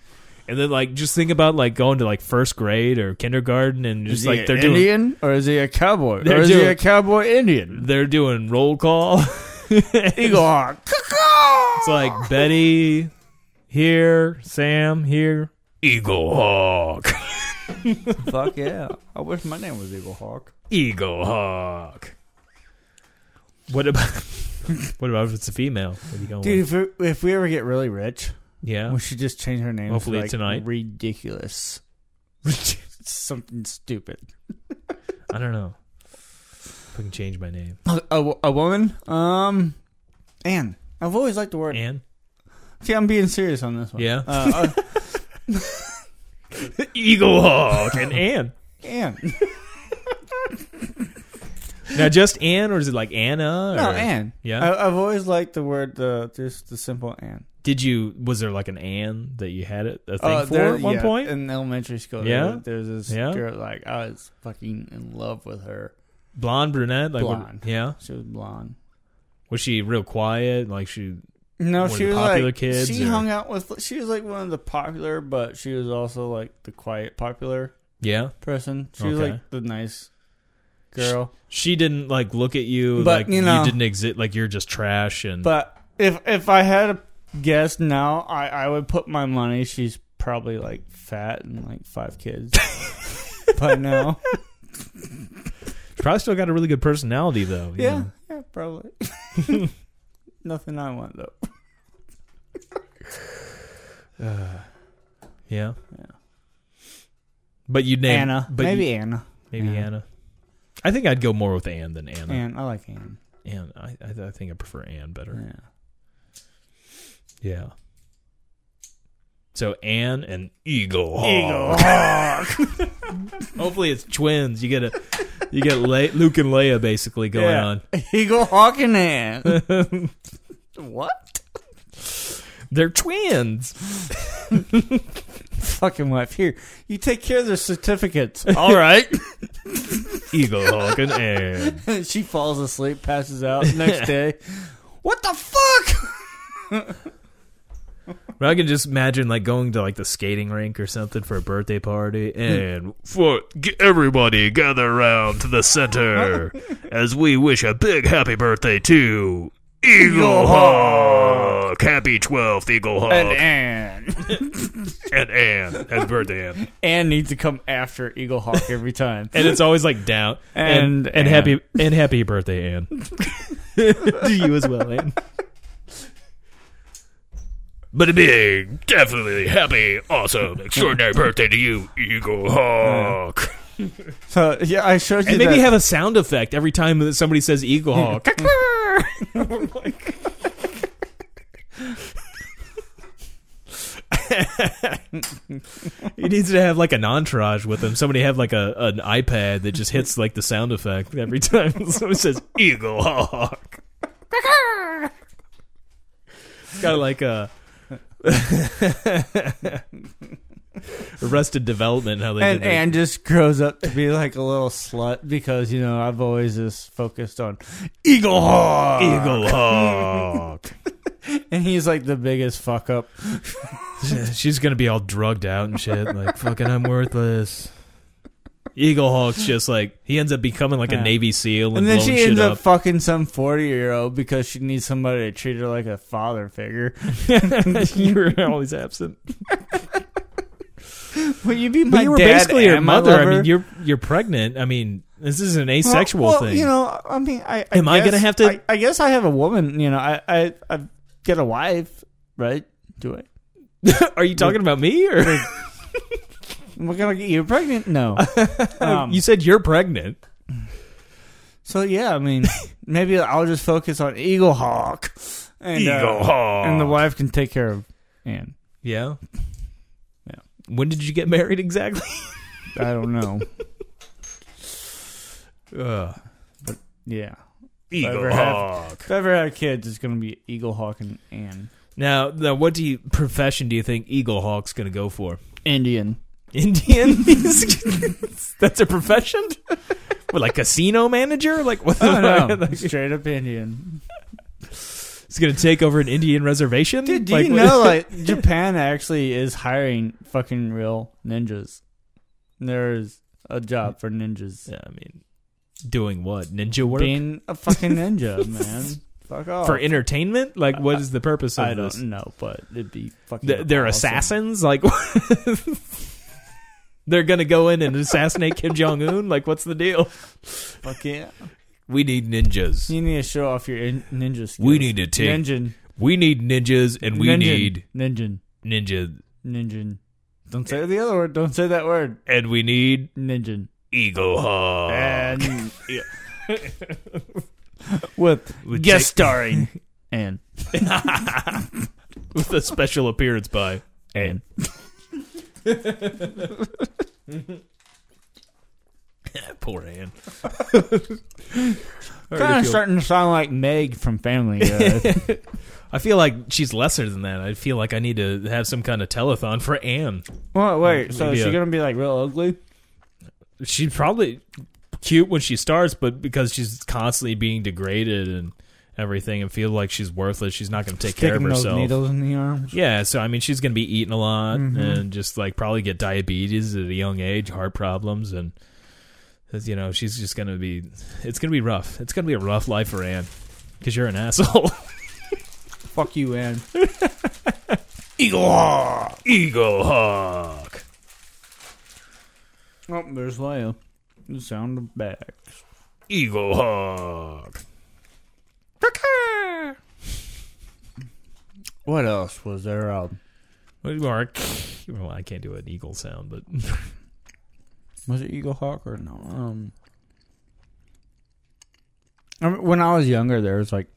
And then like just think about like going to like first grade or kindergarten and just Is like he they're an doing Indian or is he a cowboy? They're or is doing- he a cowboy Indian? they're doing roll call. Eagle Hawk. It's like Betty here, Sam here, Eagle Hawk. Fuck yeah! I wish my name was Eagle Hawk. Eagle Hawk. What about what about if it's a female? What are you going Dude, with? if we, if we ever get really rich, Yeah. we should just change her name. Hopefully to like tonight. Ridiculous. Something stupid. I don't know. If I can change my name. A, a, a woman. Um, Anne. I've always liked the word. Anne? See, I'm being serious on this one. Yeah. Uh, uh, Eagle Hawk and Anne. Anne. Now just Anne or is it like Anna? Or, No, Uh, Anne. Yeah? I, I've always liked the word, uh, just the simple Anne. Did you was there like an Anne that you had it a thing Uh, for there- at one yeah, point? in elementary school. Yeah? there- there's this Yeah? girl like I was fucking in love with her. Blonde brunette? Like what- Blonde. yeah. She was blonde. Was she real quiet? Like she No, One of she the was popular like kids, she or- hung out with. She was like one of the popular, but she was also like the quiet, popular Yeah. person. She was Okay. like the nice girl. She didn't like look at you But, like you know- didn't exist like you're just trash and But if if I had a guess now, I I would put my money. She's probably like fat and like five kids. but now, probably still got a really good personality though. you yeah, know. yeah, probably. Nothing I want though. Yeah. Yeah. But you'd name Anna, But maybe you- Anna. maybe Anna. Anna. I think I'd go more with Anne than Anna. Anne, Anne, I like Anne. I, I, I think I prefer Anne better. Yeah. Yeah. So Anne and Eagle Eagle Hawk. Hopefully it's twins. You get a you get Le- Luke and Leia basically going Yeah. on. Eagle Hawk and Anne. what? They're twins. Fucking wife. Here, you take care of their certificates. All right. Eagle Hawk and Anne. she falls asleep, passes out. Next day, what the fuck? But I can just imagine like going to like the skating rink or something for a birthday party, and for g- everybody gather around to the center as we wish a big happy birthday to Eagle Hawk. Happy twelfth Eagle Hawk And Anne. and Anne. Happy birthday, Anne. Anne needs to come after Eagle Hawk every time. And it's always like down And- and happy and happy birthday, Anne. to you as well, Anne. But a big, definitely happy, awesome, extraordinary birthday to you, Eagle Hawk. so yeah, I showed you And maybe that. have a sound effect every time that somebody says Eagle Hawk. he needs to have like an entourage with him. Somebody have like a an iPad that just hits like the sound effect every time somebody says Eagle Hawk. uh, Got like a Arrested Development, how they and did it. and just grows up to be like a little slut because you know I've always just focused on Eagle Hawk, Eagle Hawk. and he's like the biggest fuck up. She's gonna be all drugged out and shit. Like fucking, I'm worthless. Eagle Hawk's just like he ends up becoming like a Yeah. Navy SEAL and, And then blowing she shit ends up, up. fucking some forty year old because she needs somebody to treat her like a father figure. you were always absent. Will you be But my you were dad basically your and my mother. I lover? mean, you're you're pregnant. I mean, this is an Well- asexual well, thing. You know, I mean, I, I Am I gonna guess- have to- I, I guess I have a woman. You know, I I, I get a wife, right? Do I? Are you talking about me or Am I gonna get you pregnant? No. Um, Oh, you said you're pregnant? So yeah, I mean, maybe I'll just focus on Eagle Hawk, and, uh, Eagle Hawk. and the wife can take care of Anne. Yeah. Yeah. When did you get married exactly? I don't know. Ugh. yeah, Eagle Ever have- Hawk. if I ever had kids, it's gonna be Eagle Hawk and Anne. Now, now, what do you profession do you think Eagle Hawk's going to go for? Indian. Indian? That's a profession? what, like casino manager? Like what? The Oh, fuck? no. Like, Straight up Indian. He's going to take over an Indian reservation? Dude, do you what- know like Japan actually is hiring fucking real ninjas? There's a job for ninjas. Yeah, I mean, doing what? Ninja work Being a fucking ninja, man. Fuck off. for entertainment? Like, what is the purpose of I don't this? know, but it'd be fucking. Th- They're awesome. assassins? Like, they're going to go in and assassinate Kim Jong Un? Like, what's the deal? Fuck yeah. We need ninjas. You need to show off your in- ninja skills. We need to take- ninja. We need ninjas, and we ninja, need ninja. ninja, Ninja. Don't say the other word. Don't say that word. and we need Ninja. Eagle Uh. Hawk. And with guest starring and with a special appearance by. and Poor Anne. kind of starting to sound like Meg from Family Guy. I feel like she's lesser than that. I feel like I need to have some kind of telethon for Anne. well, wait. So Maybe is a- she gonna be like real ugly? She's probably cute when she starts, but because she's constantly being degraded and everything, and feel like she's worthless, she's not going to take care of Sticking those herself. needles in the arms. Yeah, so I mean, she's going to be eating a lot and just like probably get diabetes at a young age, heart problems, and you know she's just going to be. It's going to be rough. It's going to be a rough life for Anne because you're an asshole. Fuck you, Anne. Eagle Hawk. Eagle Hawk. Oh, there's Leia. The sound of back. Eagle Hawk. What else was there? Um, Mark, well, I can't do an eagle sound, but Was it Eagle Hawk or no? Um, I remember when I was younger, there was like,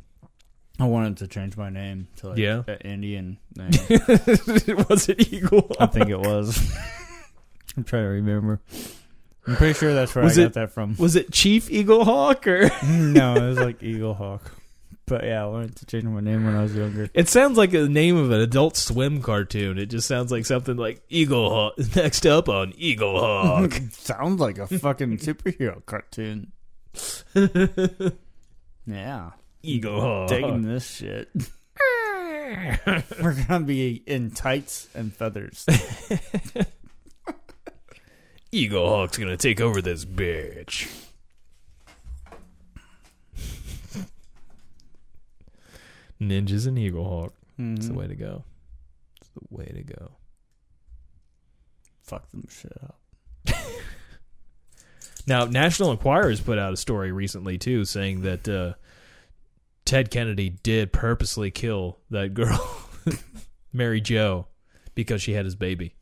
I wanted to change my name to like Yeah. an Indian name. it wasn't eagle. I think it was. I'm trying to remember. I'm pretty sure that's where Was I it- got that from. Was it Chief Eagle Hawk or? no, it was like Eagle Hawk. But yeah, I wanted to change my name when I was younger. It sounds like the name of an Adult Swim cartoon. It just sounds like something like Eagle Hawk. Next up on Eagle Hawk. Sounds like a fucking superhero cartoon. Yeah, Eagle Hawk. taking this shit. We're gonna be in tights and feathers. Eagle Hawk's gonna take over this bitch. Ninjas and Eagle Hawk. Mm-hmm. It's Hmm. the way to go. It's the way to go. Fuck them shit up. Now, National Enquirer's put out a story recently too, saying that uh, Ted Kennedy did purposely kill that girl, Mary Jo, because she had his baby.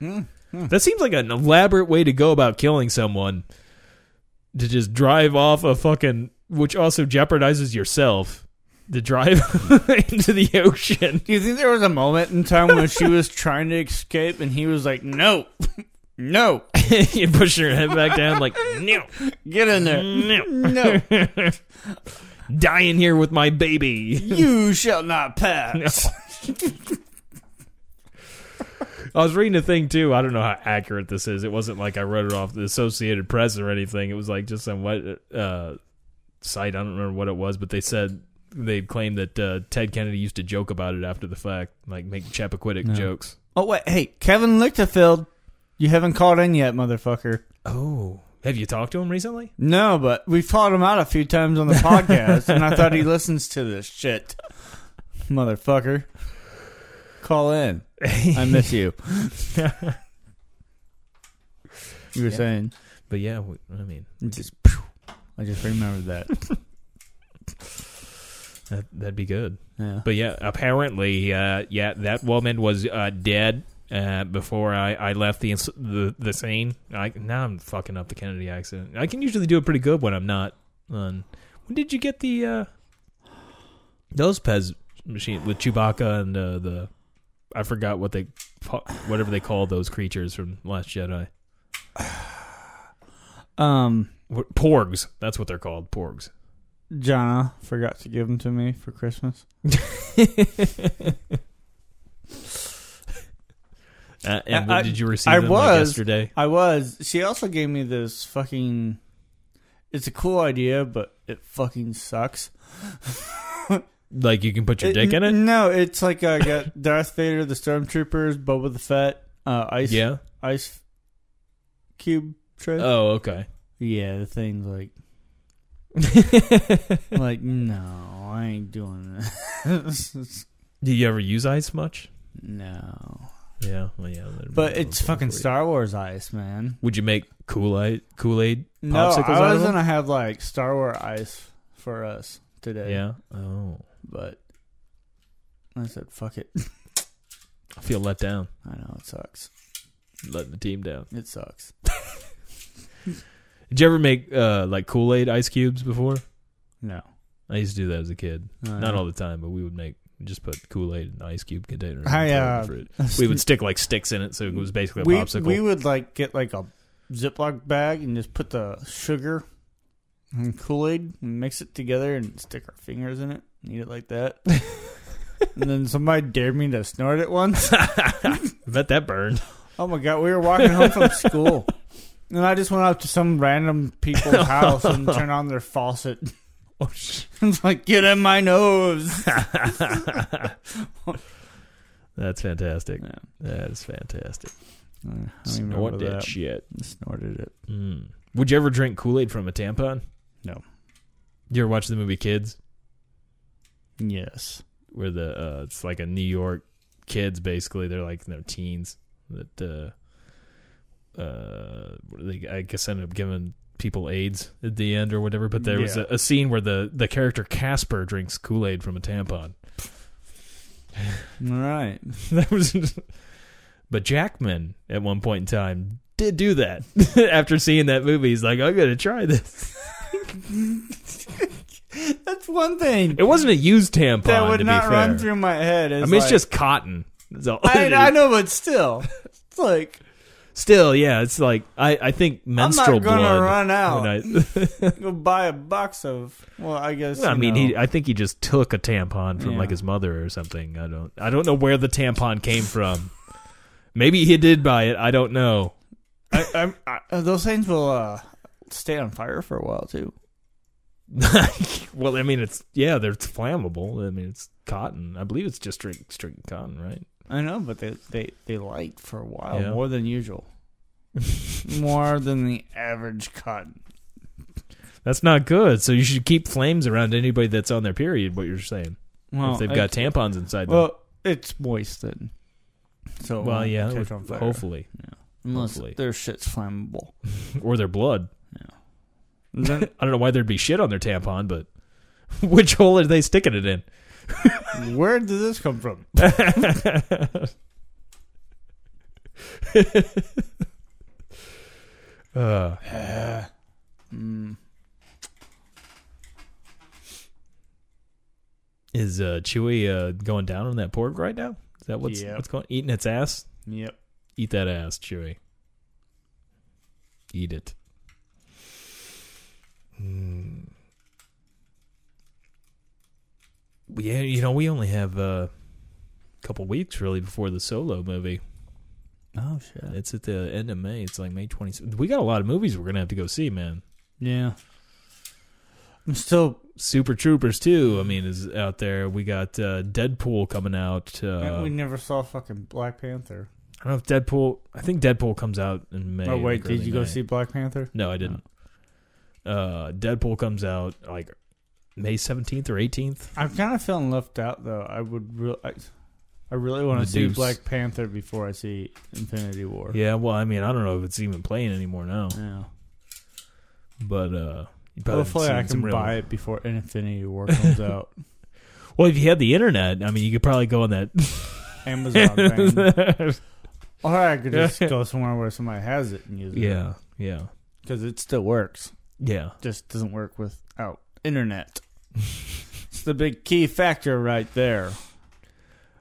Hmm? That seems like an elaborate way to go about killing someone. To just drive off a fucking, which also jeopardizes yourself. To drive into the ocean. Do you think there was a moment in time when she was trying to escape and he was like, "No, no, you push your head back down, like no, get in there, no, no, die in here with my baby. you shall not pass." I was reading a thing too. I don't know how accurate this is. It wasn't like I read it off the Associated Press or anything. It was like just some what uh, site. I don't remember what it was, but they said they claimed that uh, Ted Kennedy used to joke about it after the fact, like make Chappaquiddick No. jokes. Oh wait, hey, Kevin Lichterfeld, you haven't called in yet, motherfucker. Oh, have you talked to him recently? No, but we've called him out a few times on the podcast, and I thought he listens to this shit, motherfucker. Call in. I miss you. you were saying. But yeah, we- I mean, It Just, I just remembered that. that, that'd be good. Yeah. But yeah, apparently, uh, yeah, that woman was uh, dead uh, before I, I left the, ins- the the scene. I, now I'm fucking up the Kennedy accident. I can usually do it pretty good when I'm not. On. When did you get the uh, those Pez machine with Chewbacca and uh, the I forgot what they whatever they call those creatures from Last Jedi. Um, What- Porgs. That's what they're called. Porgs. Jonna forgot to give them to me for Christmas. Uh, and I- what I- did you receive I them like was- yesterday? I was. She also gave me this fucking. It's a cool idea, but it fucking sucks. Like you can put your dick in it. No, it's like uh, got Darth Vader, the Stormtroopers, Boba the Fett, uh, ice Yeah. ice cube tray. Oh, okay. yeah, the thing's like like no, I ain't doing this. Do you ever use ice much? no, Yeah, well, yeah. that'd be but a it's little fucking for you. Star Wars ice, man. Would you make Kool Aid? Kool Aid? No, Popsicles I out was of them? gonna have like Star Wars ice for us today. Yeah. Uh, Oh, but I said fuck it. I feel let down. I know it sucks. Letting the team down. It sucks. Did you ever make uh, like Kool Aid ice cubes before? No, I used to do that as a kid. Uh, Not all the time, but we would make just put Kool Aid in an ice cube container. and I, throw it in uh, the fridge. we would stick like sticks in it, so it was basically a we, popsicle. We would like get like a Ziploc bag and just put the sugar and Kool Aid and mix it together and stick our fingers in it and eat it like that. and then somebody dared me to snort it once. bet that burned. Oh my god, we were walking home from school. And I just went up to some random people's house and turned on their faucet. Oh, sh- It's like, get in my nose. That's fantastic. Yeah. That is fantastic. I don't even Snort remember that that. shit. Snorted it. Mm. Would you ever drink Kool Aid from a tampon? No. You ever watch the movie Kids, Yes. where the uh, it's like a New York kids basically they're like they're teens that uh, uh, they I guess ended up giving people AIDS at the end or whatever. But there was Yeah. a, a scene where the the character Casper drinks Kool Aid from a tampon. All right. that was, but Jackman at one point in time did do that after seeing that movie. He's like, I'm gonna try this. That's one thing It wasn't a used tampon. that would to not be fair. run through my head. I mean, it's just cotton. That's all it I, is. I know, but still, it's like Still, yeah, it's like I, I think menstrual I'm not gonna blood. run out. when I, Go buy a box of. Well, I guess. I you mean, he. know. I think he just took a tampon from like Yeah. his mother or something. I don't. I don't know where the tampon came from. Maybe he did buy it. I don't know. I, I'm, I, uh, those things will uh, stay on fire for a while too. well, I mean, it's yeah, they're flammable. I mean, it's cotton. I believe it's just straight straight cotton, right? I know, but they they they light for a while Yeah. more than usual, more than the average cotton. That's not good. So you should keep flames around anybody that's on their period. What you're saying? Well, if they've it- got tampons inside them. well, it's moist then. So it Well, won't yeah, it catch would- on fire. hopefully, unless hopefully. their shit's flammable. or their blood. Then I don't know why there'd be shit on their tampon, but which hole are they sticking it in? Where did this come from? Uh, mm, Is uh, Chewy uh, going down on that pork right now? Is that what's Yeah. what's going? Eating its ass? Yep. Eat that ass, Chewy. Eat it. Mm. Yeah, you know we only have uh, a couple weeks really before the solo movie. Oh shit. It's at the end of May. It's like May 20th. We got a lot of movies we're going to have to go see, man. Yeah. I'm still. Super Troopers too. I mean, is out there. We got uh, Deadpool coming out. Uh, man, we never saw fucking Black Panther. I don't know if Deadpool. I think Deadpool comes out in May. oh wait, like early did you go May. see Black Panther? No, I didn't. Uh, Deadpool comes out like May seventeenth or eighteenth. I'm kind of feeling left out though. I would really, I, I really want The to see Deuce. Black Panther before I see Infinity War. Yeah, well, I mean, I don't know if it's even playing anymore now, Yeah. but uh, you probably Hopefully, haven't I seen some can real- buy it before Infinity War comes out. Well, if you had the internet, I mean, you could probably go on Amazon. man. that. Or I could just go somewhere where somebody has it and use it. yeah, yeah, because it still works. yeah. Just doesn't work without internet. it's the big key factor right there.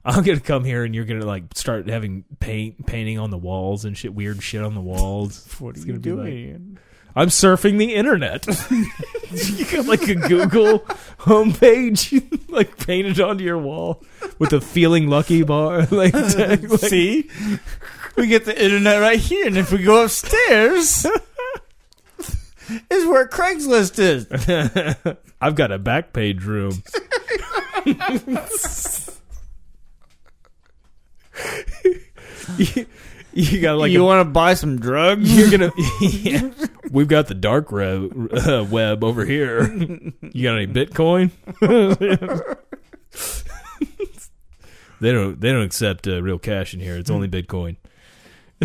I'm gonna come here and you're gonna like start having paint painting on the walls and shit, weird shit on the walls. What It's are you gonna be like- doing? I'm surfing the internet. you got like a Google homepage like painted onto your wall with a feeling lucky bar. Like, tag, like- See, we get the internet right here, and if we go upstairs, is where Craigslist is. I've got a back page room. you, you got like you a, want to buy some drugs? you're gonna. Yeah. we've got the dark web, uh, web over here. You got any Bitcoin? they don't. They don't accept uh, real cash in here. It's only Bitcoin.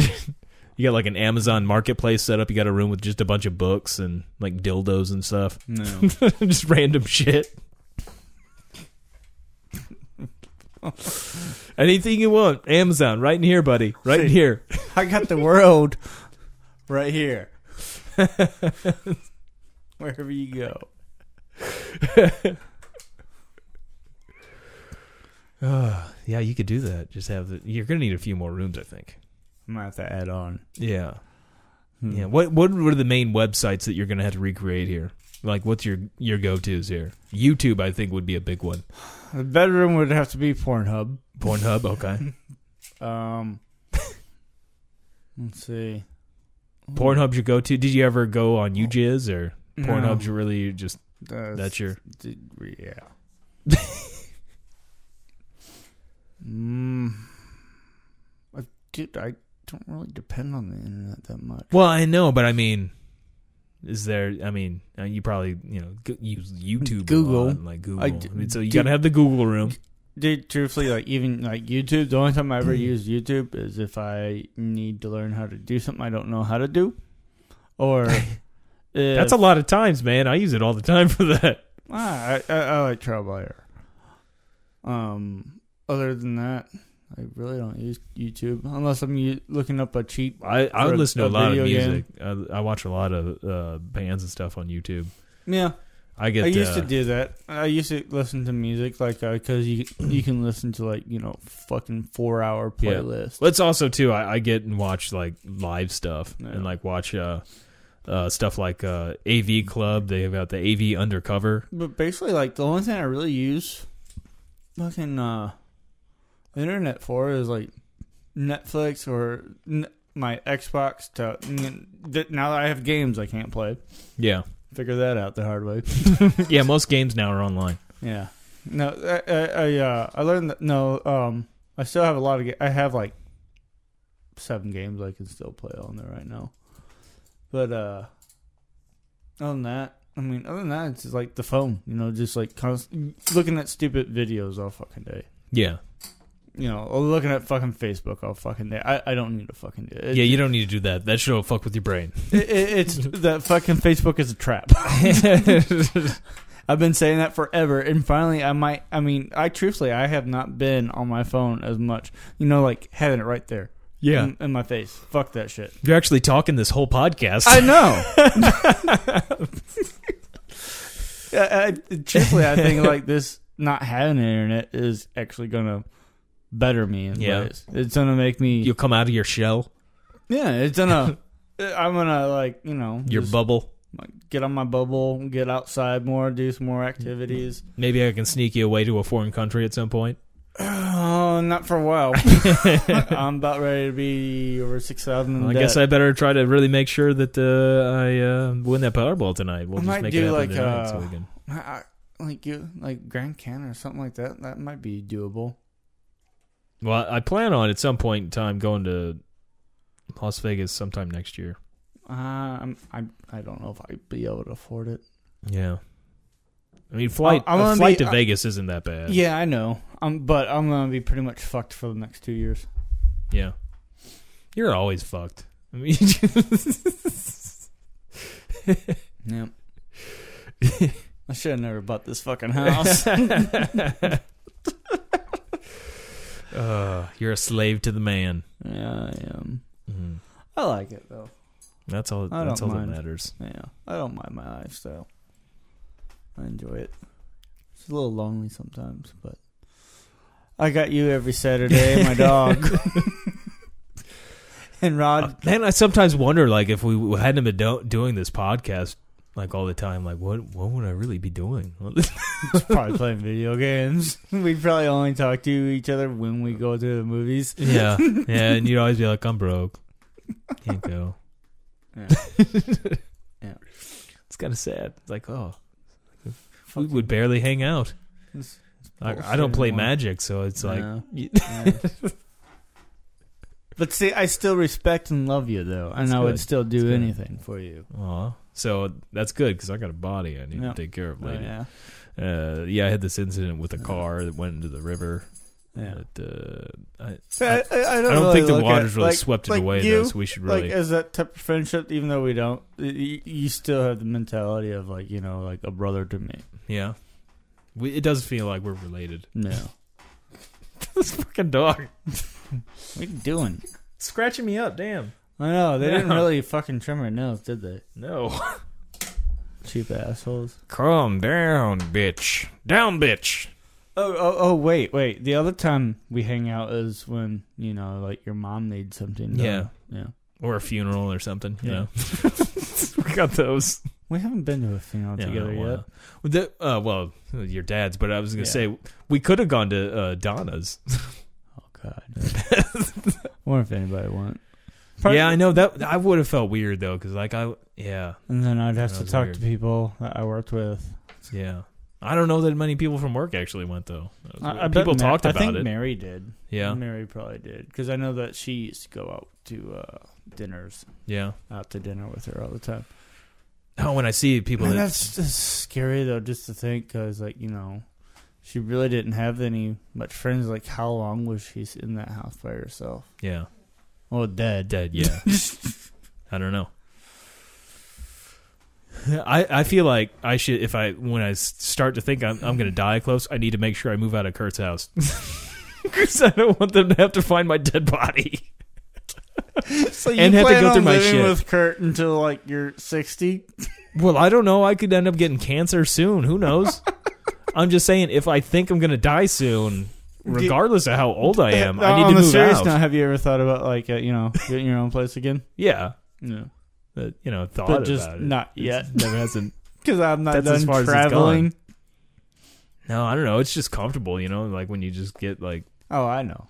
you got like an Amazon marketplace set up. You got a room with just a bunch of books and like dildos and stuff. No. just random shit. Anything you want, Amazon, right in here, buddy, right in See. here. I got the world right here. Wherever you go. Uh, yeah, you could do that. Just have the. You're gonna need a few more rooms, I think. I'm gonna have to add on. Yeah, Hmm. yeah. What What are the main websites that you're gonna have to recreate here? Like, what's your your go tos here? YouTube, I think, would be a big one. The bedroom would have to be Pornhub. Pornhub, okay. Um, let's see. Pornhub's your go to. Did you ever go on UJizz or No. Pornhub's really just That's, that's your yeah. mm, I, dude, I don't really depend on the internet that much. Well, I know, but I mean, is there? I mean, uh, you probably you know go- use YouTube, a Google. lot, like Google. I I d- mean, so you do- gotta have the Google room. Dude, truthfully, like even like YouTube, the only time I ever use YouTube is if I need to learn how to do something I don't know how to do, or That's a lot of times, man. I use it all the time for that. Ah, I, I, I like Trailblazer. Um, other than that, I really don't use YouTube unless I'm u- looking up a cheat. I I For a- listen to a a, lot of video music. I, I watch a lot of uh, bands and stuff on YouTube. Yeah, I get. I used uh, to do that. I used to listen to music like because you you can listen to like you know fucking four hour Yeah. playlist. Let's also too. I, I get and watch like live stuff Yeah. and like watch uh, uh stuff like uh AV Club. They've got the AV Undercover. But basically, like the only thing I really use fucking uh internet for is like Netflix or n- my Xbox. To that now that I have games, I can't play. Yeah, Figure that out the hard way. yeah. Most games now are online. Yeah. No, I I, I, uh, I learned that. No, um, I still have a lot of. Ga- I have like seven games I can still play on there right now. But uh, other than that, I mean, other than that, it's just like the phone. You know, just like const- looking at stupid videos all fucking day. Yeah, You know, or looking at fucking Facebook all fucking day. I, I don't need to fucking do it. yeah. You don't need to do that. That shit'll fuck with your brain. It, it, it's that fucking Facebook is a trap. I've been saying that forever, and finally, I might. I mean, I truthfully, I have not been on my phone as much. You know, like having it right there. Yeah. in, in my face. Fuck that shit. Mm. You're actually talking this whole podcast. I know. I, I, truthfully, I think like this not having the internet is actually gonna better me. In Yeah. ways. it's gonna make me. You'll come out of your shell, yeah, it's gonna. I'm gonna like you know your just- bubble. like get on my bubble, get outside more, do some more activities. Maybe I can sneak you away to a foreign country at some point. Oh No, not for a while. I'm about ready to be over six thousand. I guess I better try to really make sure that uh, I uh, win that Powerball tonight. We'll I just might make do it happen like, tonight uh, so we can. I, like you, like Grand Canyon or something like that. That might be doable. Well, I plan on at some point in time going to Las Vegas sometime next year. Um, I I don't know if I'd be able to afford it. Yeah. I mean, flight I'm a gonna flight be- to I- Vegas isn't that bad. Yeah, I know. Um, but I'm gonna be pretty much fucked for the next two years. Yeah. You're always fucked. I mean, Yep. I should have never bought this fucking house. uh, you're a slave to the man. yeah, I am. Mhm. I like it though. That's all. I That's all don't mind. that matters. Yeah, I don't mind my lifestyle. I enjoy it. It's a little lonely sometimes, but I got you every Saturday, my dog. and Rod, Man, Uh, I sometimes wonder, like, if we hadn't been do- doing this podcast, like all the time, like, what what would I really be doing? probably playing video games. We probably only talk to each other when we go to the movies. yeah, yeah, and you'd always be like, I'm broke, can't go. Yeah. Yeah. It's kind of sad. It's like, oh, we Fucking- would barely hang out. It's- Oh, I, I don't play Bullshit. magic, so it's like, No. Yeah. but see, I still respect and love you though, and That's I would good. still do That's good. anything for you. Aw. So that's good because I got a body I need Yeah. to take care of Oh, later. yeah, Uh, yeah, I had this incident with a car that went into the river. yeah. But, uh, I, See, I, I, I I don't, don't really think the look at water's it- really like- swept it like away, you, though, so we should really. Like as that type of friendship, even though we don't, you, you still have the mentality of like you know like a brother to me. yeah. We, it doesn't feel like we're related. No, this fucking dog. what are you doing? Scratching me up, damn. I know they didn't No. really fucking trim her nails, did they? No. Cheap assholes. Calm down, bitch. Down, bitch. Oh, oh, oh! Wait, wait. The other time we hang out is when you know, like your mom needs something. done. Yeah. yeah. Or a funeral or something, you Yeah. know. we got those. We haven't been to a funeral Yeah, together well, yet. Well, the- uh, well, your dad's, but I was gonna Yeah. say we could have gone to uh, Donna's. Oh God. I wonder if anybody went. Probably- yeah, I know that. I would have felt weird though, because like I, yeah, And then I'd have That to was talk weird. to people that I worked with. yeah. I don't know that many people from work actually went though. That was I- weird. I bet people Ma- talked I about think it. Mary did. yeah, Mary probably did because I know that she used to go out to uh, dinners, yeah. out to dinner with her all the time. Oh, when I see people Man, that that's just scary though, just to think because like you know, she really didn't have any much friends. Like how long was she in that house by herself? yeah Well, dead, dead yeah. I don't know. I I feel like I should if I when I s- start to think I'm I'm gonna die close. I need to make sure I move out of Kurt's house. 'Cause I don't want them to have to find my dead body. So And had to plan go through on my living shit. with Kurt until like you're sixty. Well, I don't know. I could end up getting cancer soon. Who knows? I'm just saying, if I think I'm going to die soon, regardless of how old I am, I Uh, need on to the move serious out. note, have you ever thought about like uh, you know getting your own place again? Yeah, No, but, you know, thought but just about it. not yet. It's- never hasn't. Because I'm not That's as done far as it's traveling. No, I don't know. It's just comfortable, you know, like when you just get like, Oh, I know.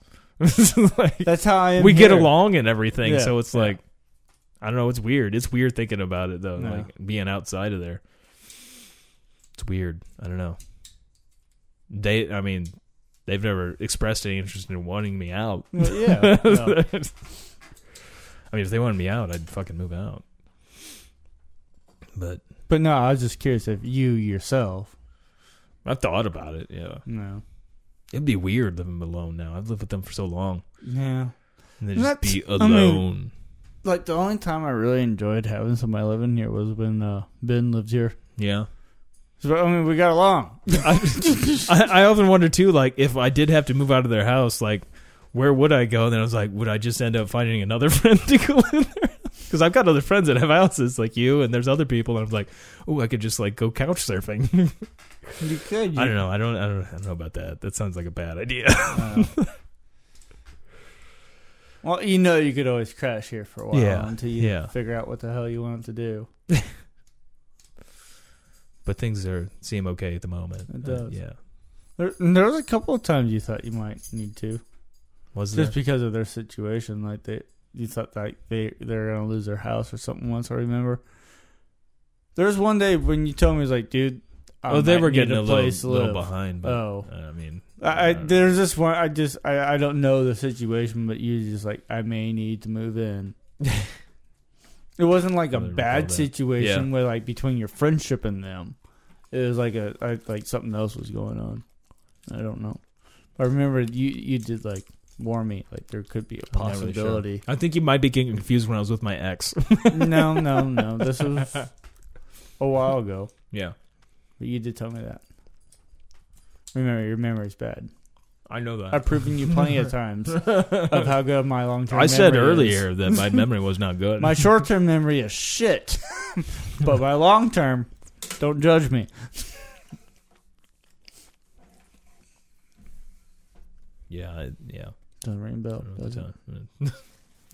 like That's how I. Am we get here. along and everything. Yeah, So it's yeah. like, I don't know. It's weird. It's weird thinking about it though, No. like being outside of there. It's weird. I don't know. They, I mean, they've never expressed any interest in wanting me out. Well, yeah. no. I mean, if they wanted me out, I'd fucking move out. But But no, I was just curious if you yourself. I've thought about it. Yeah, No. it'd be weird living alone now. I've lived with them for so long, Yeah. and then just That's- be I mean- alone. Like the only time I really enjoyed having somebody living here was when uh, Ben lived here. yeah, So, I mean, we got along. I, I often wonder too, like if I did have to move out of their house, like where would I go? And then I was like, would I just end up finding another friend to go in there? Because I've got other friends that have houses like you, and there's other people, and I'm like, oh, I could just like go couch surfing. You could. I don't know. I don't. I don't. I don't know about that. That sounds like a bad idea. uh. Well, you know, you could always crash here for a while Yeah, until you yeah. figure out what the hell you want to do. but things are seem okay at the moment. Uh, It does. yeah. There, there was a couple of times you thought you might need to. Was there? just because of their situation. Like they, you thought like they they're gonna lose their house or something. Once I remember, there was one day when you told me it was like, dude, I oh, they might were need getting a, little, place to little live. behind. But, Oh. I mean, I, I, don't know. there's this one. I just I, I don't know the situation, but you just like I may need to move in. it wasn't like a Really recall bad that. situation Yeah. where like between your friendship and them, it was like a I, like something else was going on. I don't know. I remember you you did like warn me like there could be a I'm not really sure. possibility. I think you might be getting confused when I was with my ex. no, no, no. This was a while ago, yeah, but you did tell me that. Remember, your memory's bad. I know that. I've proven you plenty of times of how good my long term. I said earlier that my memory was not good. my short term memory is shit, but my long term, don't judge me. yeah, I, yeah. Doesn't ring a I bell. don't know what does to it? tell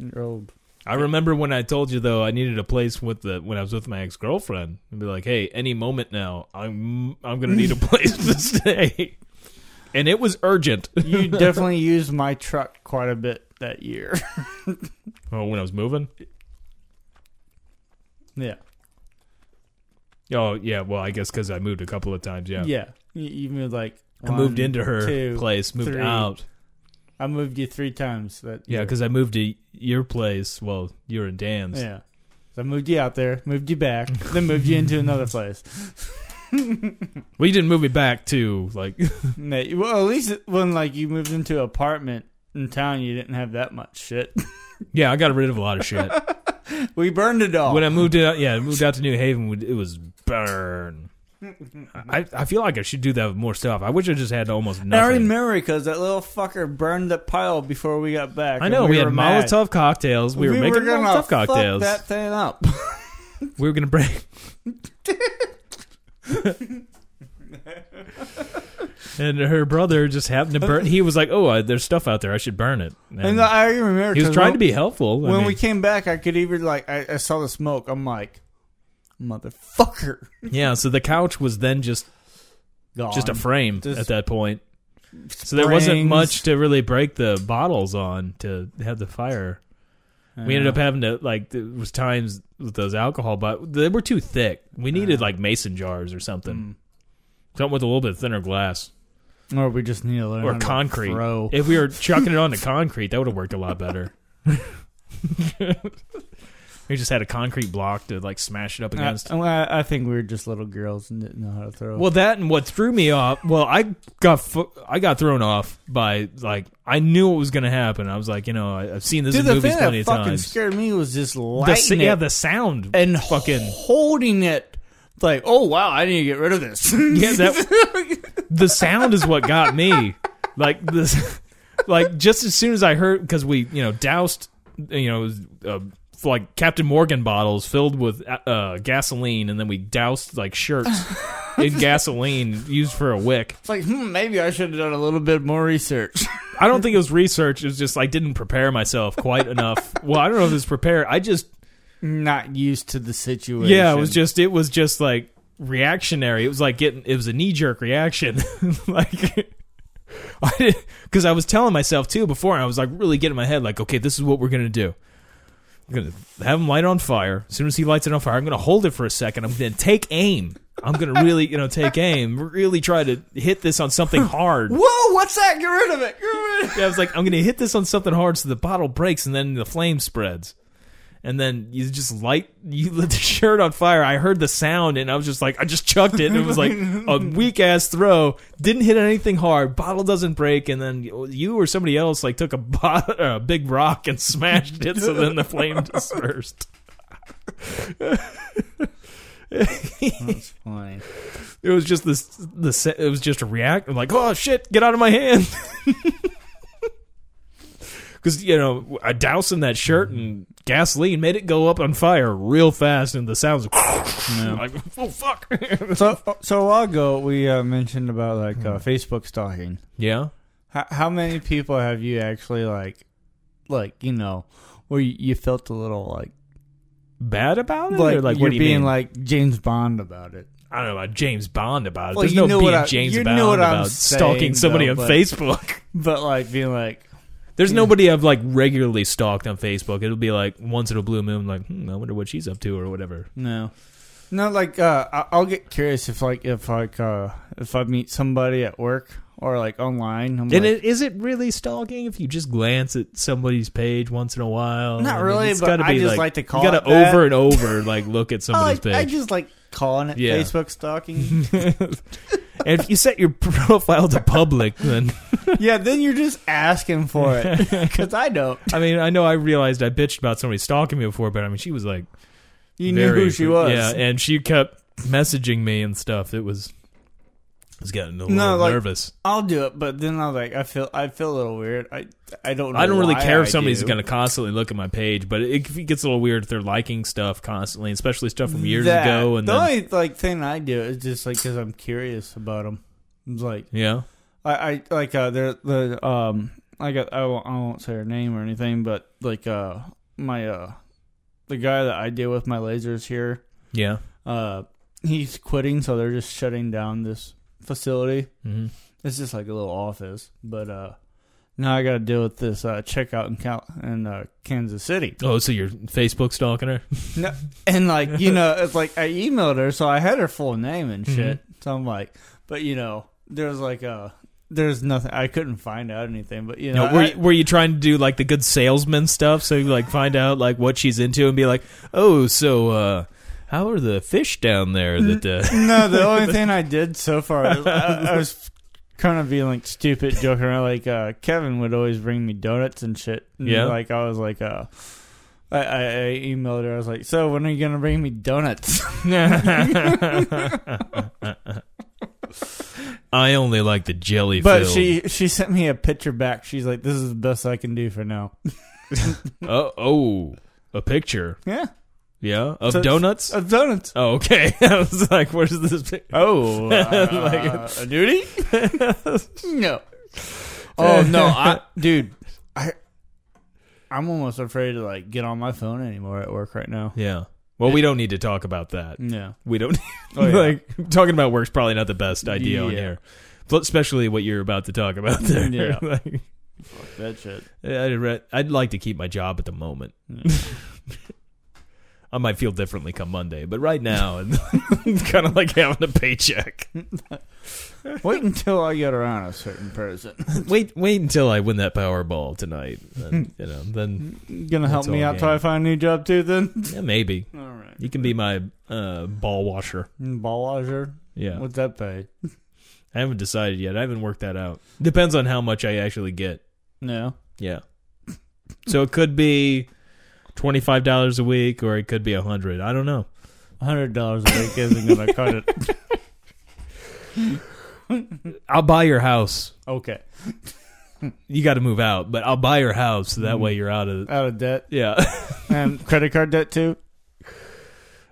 you. You're old. I remember when I told you though I needed a place with the when I was with my ex girlfriend and be like, hey, any moment now, I'm I'm gonna need a place to stay, and it was urgent. You definitely used my truck quite a bit that year. Oh, when I was moving. yeah, Oh yeah, well I guess because I moved a couple of times. Yeah, yeah. You, you moved like I moved one, into her two, place, moved three. out. I moved you three times. That Yeah, year. because I moved to your place. Well, you're in Dan's. yeah. So I moved you out there, moved you back, then moved you into another place. Well, you didn't move me back to like. No, you- well, at least when like you moved into an apartment in town, you didn't have that much shit. yeah, I got rid of a lot of shit We burned it all. when I moved out. Yeah, I moved out to New Haven. we- It was burn. I I feel like I should do that with more stuff. I wish I just had almost And I nothing. remember because that little fucker burned the pile before we got back. I and know we, had were mad. Molotov cocktails. We, were making gonna Molotov cocktails. Fuck that thing up. We were gonna break. and her brother just happened to burn. He was like, "Oh, I, there's stuff out there. I should burn it." And and I remember he was 'cause trying when, to be helpful. I When we mean, came back, I could even like I, I saw the smoke. I'm like, motherfucker, yeah, so the couch was then just Gone. just a frame Just at that point. So there wasn't springs. much to really break the bottles on to have the fire. We ended up having to like there was times with those alcohol, but they were too thick. We needed like mason jars or Mm. something, something with a little bit thinner glass. or we just need to learn or how to concrete. throw. If we were chucking it onto concrete, that would have worked a lot better. we just had a concrete block to like smash it up I, against. well, I I think we were just little girls and didn't know how to throw. well, that and what threw me off. Well, I got fu- I got thrown off by like I knew what was going to happen. I was like, you know, I, I've seen this dude, in the movies thing that plenty of fucking times. scared me was just The, lightning s- yeah, the sound and fucking holding it. It's like, oh wow, I need to get rid of this. Yeah, that- the sound is what got me. Like this, like just as soon as I heard, because we you know doused, you know, uh, like Captain Morgan bottles filled with uh, uh, gasoline, and then we doused like shirts in gasoline used for a wick. It's like, hmm, maybe I should have done a little bit more research. I don't think it was research. It was just I didn't prepare myself quite enough. Well, I don't know if it was prepared. I just Not used to the situation. yeah, it was just it was just like reactionary. It was like getting it was a knee jerk reaction. like I because I was telling myself too before I was like really getting in my head like okay, this is what we're gonna do. I'm gonna have him light on fire. As soon as he lights it on fire, I'm gonna hold it for a second. I'm gonna take aim. I'm gonna really you know take aim. Really try to hit this on something hard. Whoa, what's that? Get rid of it. Get rid of it. Yeah, I was like, I'm gonna hit this on something hard so the bottle breaks and then the flame spreads. And then you just light you lit the shirt on fire. I heard the sound and I was just like, I just chucked it and it was like a weak ass throw. Didn't hit anything hard. Bottle doesn't break. And then you or somebody else like took a, bot- or a big rock and smashed it. So then the flame dispersed. That's funny. It was just this the se- it was just a react. I'm like, oh shit, get out of my hand. Because you know, I dousing that shirt and gasoline made it go up on fire real fast, and the sounds like, oh fuck. So, so a while ago, we uh, mentioned about like uh, Facebook stalking. yeah, How, how many people have you actually like, like you know, where you, you felt a little like, bad about it. like, or like you're what do you being mean? like James Bond about it? I don't know about James Bond about it. Well, There's you no know what being I- James you Bond know what I'm about stalking saying, somebody though, on but- Facebook. But like being like, There's nobody I've like regularly stalked on Facebook. It'll be like once in a blue moon, like hmm, I wonder what she's up to or whatever. No. No, like uh, I- I'll get curious if like if like uh, if I meet somebody at work or like online. I'm And like, it, is it really stalking if you just glance at somebody's page once in a while? Not I mean, really, it's but gotta I be, just like to call You gotta it that. over and over like look at I, somebody's Oh, like- I page. just like calling it Yeah. Facebook stalking. and if you set your profile to public, then yeah, then you're just asking for it because I don't. I mean, I know I realized I bitched about somebody stalking me before, but I mean, she was like, You knew very- who she was. yeah, and she kept messaging me and stuff. It was, I was getting a little No, like, nervous. I'll do it, but then I was like, I feel I feel a little weird. I I don't. Know I don't really why care if I somebody's do. going to constantly look at my page, but it, it gets a little weird if they're liking stuff constantly, especially stuff from years That- ago. And the then, only like thing I do is just like because I'm curious about them. Like yeah, I, I like uh there the um I got I won't, I won't say her name or anything, but like uh my uh the guy that I deal with my lasers here yeah, uh he's quitting, so they're just shutting down this facility. hmm It's just like a little office, but uh now I got to deal with this uh checkout in Cal- in uh, Kansas City, Oh, so you're Facebook stalking her? no, and like you know it's like I emailed her, so I had her full name and Mm-hmm. shit. So I'm like, but you know there's like a there's nothing I couldn't find out anything, but you know No, were, I- you, were you trying to do like the good salesman stuff so you like find out like what she's into and be like, oh, so uh, how are the fish down there? That uh, No, the only thing I did so far, is I, I was kind of being like stupid, joking around. Like uh, Kevin would always bring me donuts and shit. And, Yeah. like I was like, uh, I, I, I emailed her. I was like, so when are you gonna bring me donuts? uh, I only like the jelly. but filled. she she sent me a picture back. She's like, this is the best I can do for now. oh, oh, a picture, Yeah, yeah, of So- donuts. of donuts. oh, okay. I was like, where's this? Pic-? Oh, uh, a duty? no. Oh no, I, dude, I, I'm almost afraid to like get on my phone anymore at work right now. Yeah. Well, we don't need to talk about that. No. We don't Oh, yeah. like talking about work's probably not the best idea on Yeah. here, But especially what you're about to talk about there. Yeah. Like, That shit. I'd, re- I'd like to keep my job at the moment. I might feel differently come Monday, but right now it's kind of like having a paycheck. Wait until I get around a certain person. Wait, wait until I win that Powerball tonight. Then, you know, then Gonna help That's me all out till I game. find a new job too. Then. yeah, maybe All right. you can be my uh, ball washer. Ball washer. Yeah, What's that pay? I haven't decided yet. I haven't worked that out. Depends on how much I actually get. No. Yeah. So it could be twenty five dollars a week, or it could be a hundred. I don't know. Hundred dollars a week isn't gonna cut it. I'll buy your house. Okay. You got to move out, but I'll buy your house. So Mm. that way you're out of. Out of debt Yeah. and credit card debt too.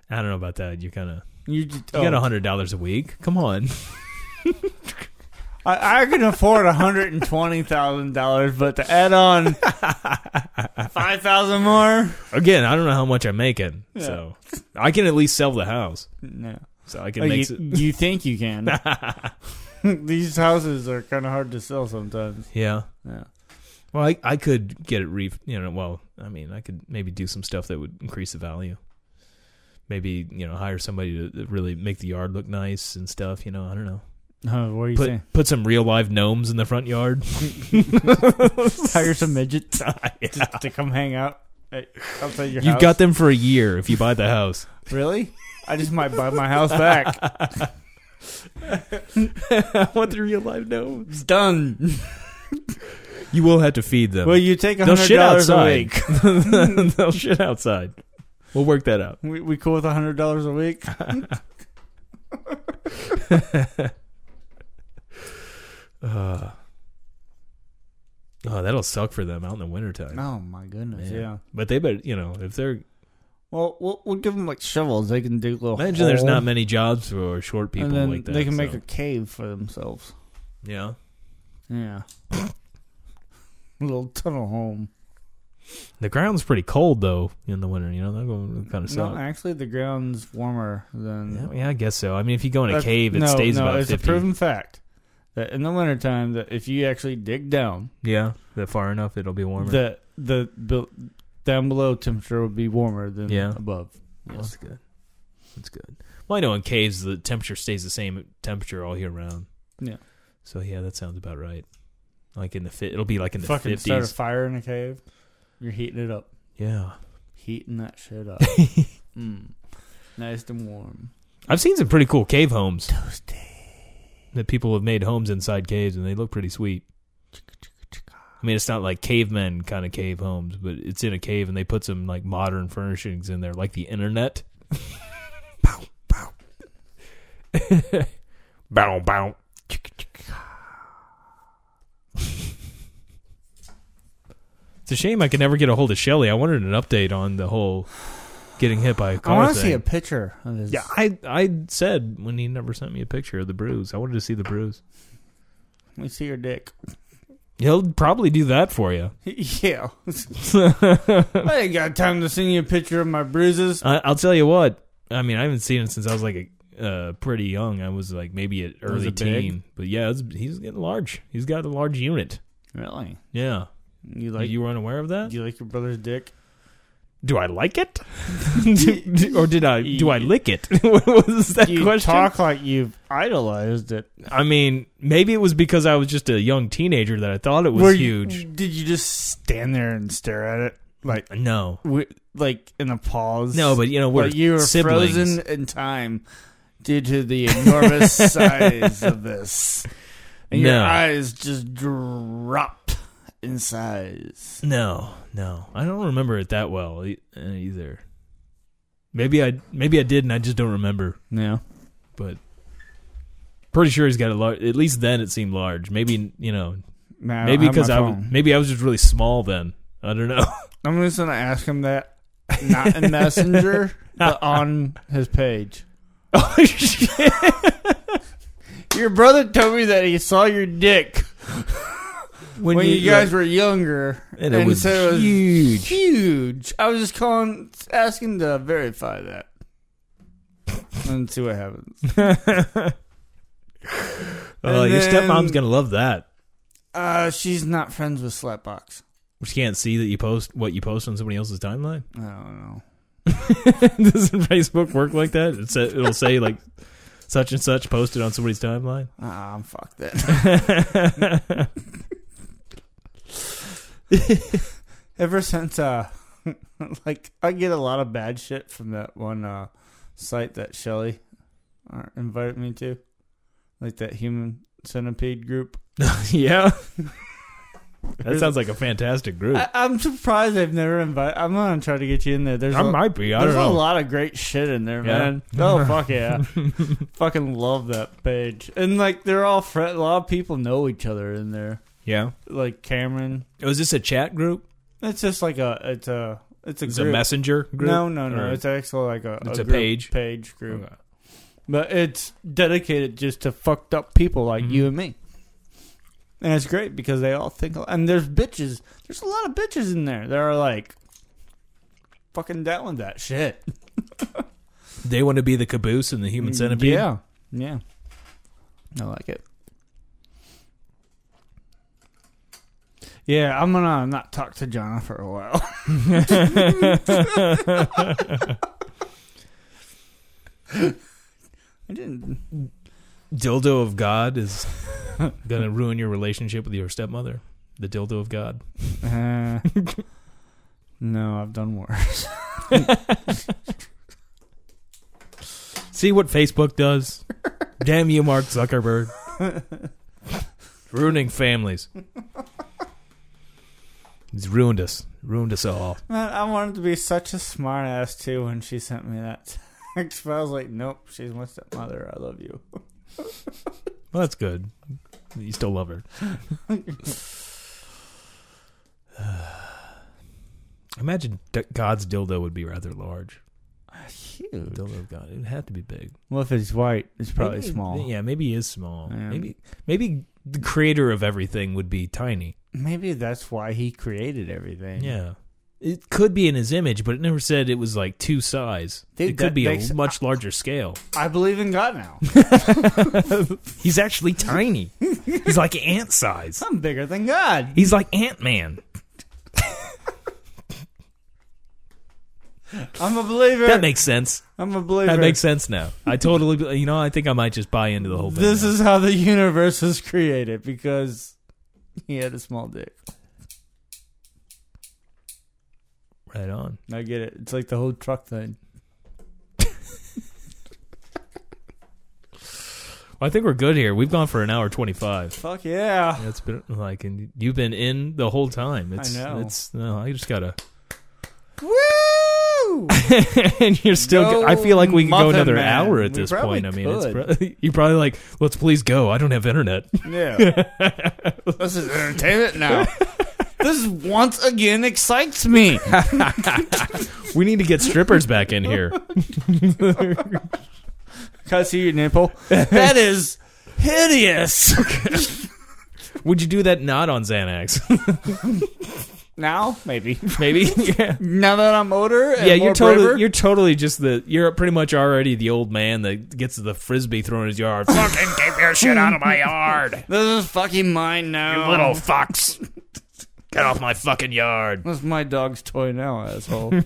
I don't know about that. You kind of You, just, oh. you got a hundred dollars a week. Come on. I, I can afford hundred and twenty thousand dollars, but to add on five thousand more, Again, I don't know how much I'm making, so I can at least sell the house. no. So I can Oh, make. you, you think you can? These houses are kind of hard to sell sometimes. yeah. Yeah. Well, I, I could get it re you know, well, I mean, I could maybe do some stuff that would increase the value. Maybe, you know, hire somebody to- to really make the yard look nice and stuff, you know, I don't know. Huh, what are you Put saying? put some real live gnomes in the front yard. Hire some midgets to, to come hang out at, outside your You've house. got them for a year if you buy the house. really? I just might buy my house back. I want the real live gnomes. It's done. You will have to feed them. Well, you take a They'll hundred shit dollars a outside. week. They'll shit outside. We'll work that out. We, we cool with a hundred dollars a week? Uh, oh, that'll suck for them out in the wintertime. Oh my goodness! Man. Yeah. But they better, you know, if they're Well, we'll we'll give them like shovels. They can dig little. Imagine there's not holes, many jobs for short people and then like that. they can make so- a cave for themselves. yeah. Yeah. a little tunnel home. The ground's pretty cold though in the winter. You know that would kind of suck. No, actually, the ground's warmer than. yeah, yeah, I guess so. I mean, if you go in a That's- cave, it Uh, no, stays no, about it's fifty. a proven fact that in the wintertime that if you actually dig down, Yeah, that far enough, it'll be warmer. that the bel- down below temperature will be warmer than Yeah. above. Well, that's good. That's good. Well, I know in caves the temperature stays the same temperature all year round. Yeah. So yeah, that sounds about right. Like in the fit, it'll be like in the Fucking start a fifties. fire in a cave. You're heating it up. yeah. Heating that shit up. mm. Nice and warm. I've seen some pretty cool cave homes. That people have made homes inside caves, and they look pretty sweet. I mean, it's not like cavemen kind of cave homes, but it's in a cave, and they put some like modern furnishings in there, like the internet. Bow, bow. It's a shame I could never get a hold of Shelly. I wanted an update on the whole getting hit by a I car want to thing. see a picture of his. Yeah, I I said when he never sent me a picture of the bruise. I wanted to see the bruise. Let me see your dick. He'll probably do that for you. yeah. I ain't got time to send you a picture of my bruises. I, I'll tell you what. I mean, I haven't seen him since I was like a uh, pretty young. I was like maybe an early it big? teen. But yeah, it's, he's getting large. He's got a large unit. Really? Yeah, You like like you were unaware of that. you like your brother's dick? do I like it, Do- or did I? Do I lick it? what was that You question? talk like you've idolized it. I mean, maybe it was because I was just a young teenager that I thought it was Were you- huge. Did you just stand there and stare at it like No, wi- like in a pause? no, but you know we're Like you were siblings. frozen in time due to the enormous size of this, and your No. eyes just dropped in size. No, no, I don't remember it that well e- uh, either. Maybe I, maybe I did, and I just don't remember. Yeah. But pretty sure he's got a large. At least then it seemed large. Maybe you know, maybe because I, was, maybe I was just really small then. I don't know. I'm just gonna ask him that, not in Messenger, but on his page. oh shit! Your brother told me that he saw your dick when, you, guys were younger, And it was so huge. huge. I was just calling, asking to verify that, and see what happens. Oh, and your then- stepmom's gonna love that. Uh, she's not friends with Slapbox. She can't see that you post what you post on somebody else's timeline. I don't know. Doesn't Facebook work like that? It sa- it'll say like such and such posted on somebody's timeline. Ah, I'm fucked that. Ever since, uh, like, I get a lot of bad shit from that one uh, site that Shelly uh, invited me to, like that human centipede group. yeah. That sounds like a fantastic group. I, I'm surprised they've never invited. I'm gonna try to get you in there. There's I a- might be. I There's don't know. a lot of great shit in there, Yeah. man. Oh fuck yeah, fucking love that page. And like they're all fr- a lot of people know each other in there. Yeah. Like Cameron, Was this a chat group? it's just like a it's a it's a Is it group. a messenger group? No, no, no. Or- It's actually like a It's a group- page? page group, Okay. but it's dedicated just to fucked up people like Mm-hmm. you and me. And it's great because they all think and there's bitches. There's a lot of bitches in there that are like fucking down with that shit. They want to be the caboose and the human centipede. Mm, Yeah. Yeah. I like it. Yeah, I'm gonna not talk to Jonna for a while. I didn't. Dildo of God is gonna ruin your relationship with your stepmother. The dildo of God. Uh, no, I've done worse. See what Facebook does? Damn you, Mark Zuckerberg. Ruining families. He's ruined us. Ruined us all. Man, I wanted to be such a smart ass too when she sent me that text, but I was like, nope, she's my stepmother. I love you. Well, that's good. You still love her. Imagine d- God's dildo would be rather large. Huge. Dildo of God. It would have to be big. Well, if it's white, it's probably Maybe- small. Yeah, maybe he is small. Yeah. Maybe maybe the creator of everything would be tiny. Maybe that's why he created everything. Yeah. It could be in his image, but it never said it was like two size. Dude, it could that be makes- a much larger scale. I believe in God now. He's actually tiny. He's like ant size. I'm bigger than God. He's like Ant Man. I'm a believer. That makes sense. I'm a believer. That makes sense now. I totally, you know, I think I might just buy into the whole thing. This now. is how the universe was created because he had a small dick. right on. I get it. It's like the whole truck thing. Well, I think we're good here. We've gone for an hour twenty-five. Fuck yeah. That's been like, and you've been in the whole time. It's, know. It's no, I just gotta. Woo! and you're still. Go I feel like we can go Muffin another Man. hour at We this probably point. I mean, it's could. pro- you're probably like, let's please go. I don't have internet. yeah. this is entertainment now. this once again excites me. we need to get strippers back in here. Can I see your nipple? that is hideous. Would you do that not on Xanax? now, maybe. Maybe. yeah. Now that I'm older and Yeah, you're more totally braver, you're totally just the you're pretty much already the old man that gets the frisbee thrown in his yard. Fuck, Fucking get your shit out of my yard, this is fucking mine now. you little fox. Get off my fucking yard. That's my dog's toy now, asshole.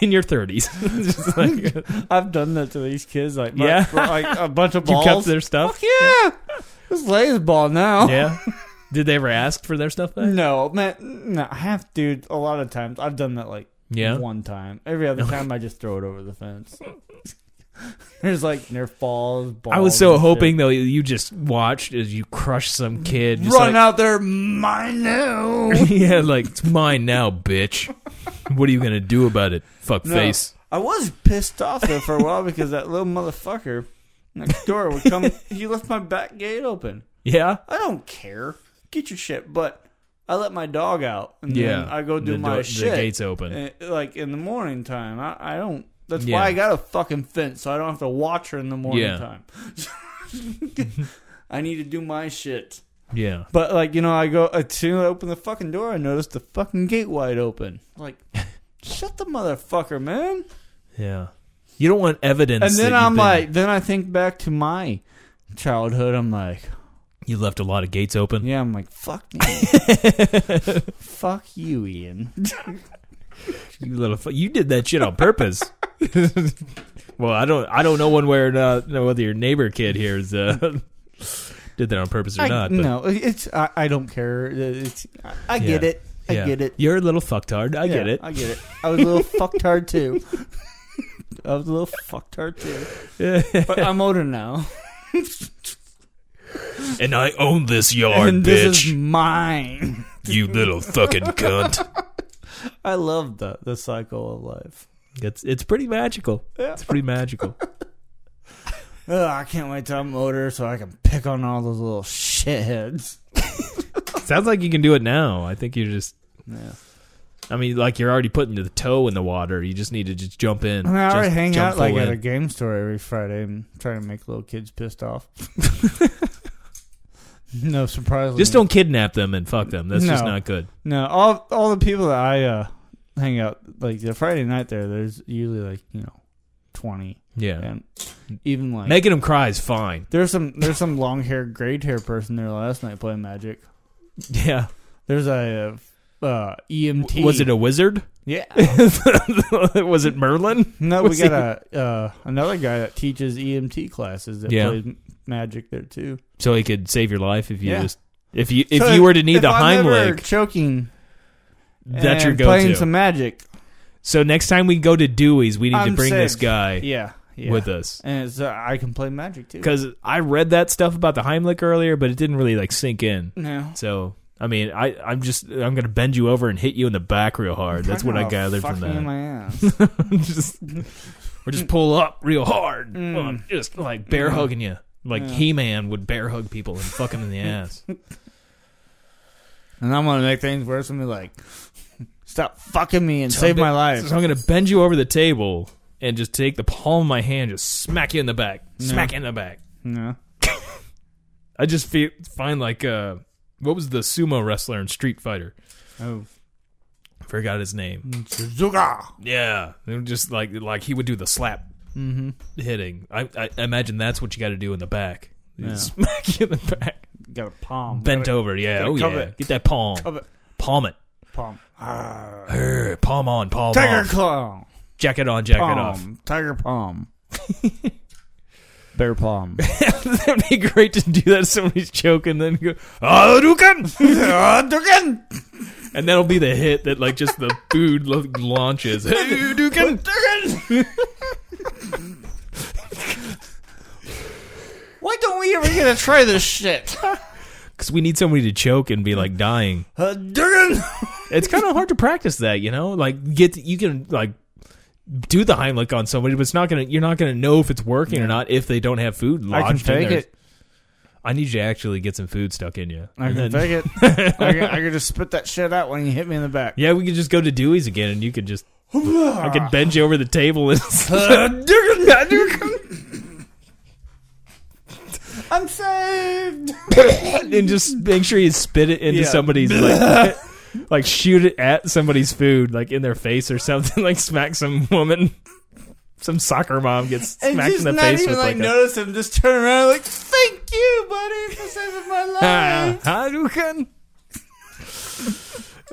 in your thirties. I've done that to these kids, like my, Yeah. for, like a bunch of you balls. kept their stuff. yeah, this lays ball now. Yeah. Did they ever ask for their stuff back? No, man, no, I have, dude. A lot of times I've done that, like Yeah. one time. Every other time, I just throw it over the fence. There's like Nerf balls. balls I was so and hoping shit. though you just watched as you crushed some kid. Just run like, out there, my no. yeah, like it's mine now, bitch. What are you gonna do about it? Fuck No. face. I was pissed off though for a while because that little motherfucker next door would come. he left my back gate open. Yeah. I don't care. Get your shit. But I let my dog out, and Yeah. then I go do The my door- the shit. gate's open. eh, like in the morning time. I, I don't. That's Yeah. why I got a fucking fence, so I don't have to watch her in the morning Yeah. time. I need to do my shit. Yeah. But like you know, I go as soon as I open the fucking door, I notice the fucking gate wide open. Like, shut the motherfucker, man. Yeah. You don't want evidence. And that then you've I'm been- like, then I think back to my childhood. I'm like, you left a lot of gates open. Yeah, I'm like, fuck me. fuck you, Ian. You little, fu- you did that shit on purpose. well, I don't, I don't know one way or not know whether your neighbor kid here is uh, did that on purpose or I, not. But no, it's I, I don't care. It's I, I get Yeah. it. I yeah. get it. You're a little fucktard. I get Yeah, it. I get it. I was a little fucktard too. I was a little fucktard too. But I'm older now, And I own this yard, and this is mine. you little fucking cunt. I love the the cycle of life. It's it's pretty magical. It's pretty magical. Ugh, I can't wait till I'm older so I can pick on all those little shitheads. Sounds like you can do it now. I think you're just. Yeah. I mean, like you're already putting the toe in the water. You just need to just jump in. I mean, I just already hang jump out like full at a in. game store every Friday and try to make little kids pissed off. no, surprisingly, Just don't kidnap them and fuck them. That's just No. not good. No, all all the people that I uh, hang out like the Friday night there, there's usually like you know twenty, Yeah. and even like Making them cry is fine. there's some there's some long haired gray hair person there last night playing Magic. Yeah. There's a uh, uh, EMT. Was it a wizard? yeah? was it Merlin? No, Was we got a uh, another guy that teaches EMT classes that Yeah. plays Magic there too. So he could save your life if you Yeah. just if you if So you were to need if the I'm ever Heimlich, choking. that's your and Playing go-to. some magic. so next time we go to Dewey's, we need to I'm bring this saved. guy Yeah, yeah. with us and it's, uh, I can play magic too. because I read that stuff about the Heimlich earlier, but it didn't really like sink in. No, So I mean, I I'm just I'm gonna bend you over and hit you in the back real hard. That's what I Fucking gathered fuck from me In that. my ass. just, or just pull up real hard, Mm. Well, just like bear hugging you, like Yeah. He Man would bear hug people and fuck them in the ass. and I'm gonna make things worse and be like, "Stop fucking me and save my life." So I'm gonna bend you over the table and just take the palm of my hand, just smack you in the back, smack you in the back. No, I just feel, find like uh, What was the sumo wrestler in Street Fighter? Oh, Forgot his name. Mm. Suzuka. Yeah, they were just like like he would do the slap Mm-hmm. hitting. I, I imagine that's what you got to do in the back. You Yeah. Smack you in the back, Got a palm. bent Got a over. Yeah, gotta oh cover yeah, it. get that palm, Cover it. palm it, Palm. Ah. Arr, palm on, palm Tiger off, claw. jacket on, jacket off. Palm. Tiger palm. Bear palm. That'd be great to do that. Somebody's choking, then you go Hadouken, Hadouken. and that'll be the hit that like just the food lo- launches. Hadouken, Why don't we ever get to try this shit? because we need somebody to choke and be like dying. Uh, Hadouken! it's kind of hard to practice that, you know. Like get you can like do the Heimlich on somebody, but it's not gonna. You're not gonna know if it's working or not if they don't have food I lodged can in fake there. it. I need you to actually get some food stuck in you. I And can fake then- it. I can, I can just spit that shit out when you hit me in the back. yeah, we could just go to Dewey's again, and you could just. I could bend you over the table and. I'm saved! and just make sure you spit it into Yeah. somebody's like, like shoot it at somebody's food, like in their face or something, like smack some woman, some soccer mom gets And smacked in just the not face even with like, like, a, notice him, just turn around like, thank you, buddy, for saving my Ah, life. Hadouken.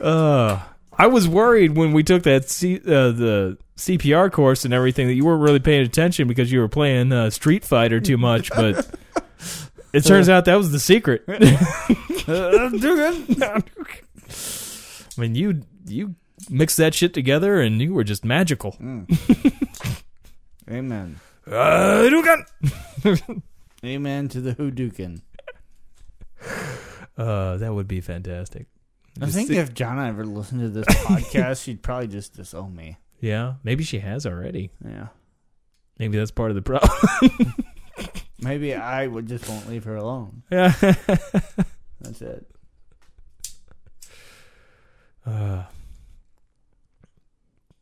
uh, I was worried when we took that C- uh, the CPR course and everything that you weren't really paying attention because you were playing uh, Street Fighter too much, but it turns out that was the secret. Uh, I mean, you you mixed that shit together and you were just magical. Mm. Amen. Hadouken. Amen to the Hadouken. Uh, that would be fantastic. I Just think thi- if Jonna ever listened to this podcast, she'd probably just disown me. yeah, maybe she has already. Yeah. Maybe that's part of the problem. Maybe I would just won't leave her alone. Yeah. That's it. Uh,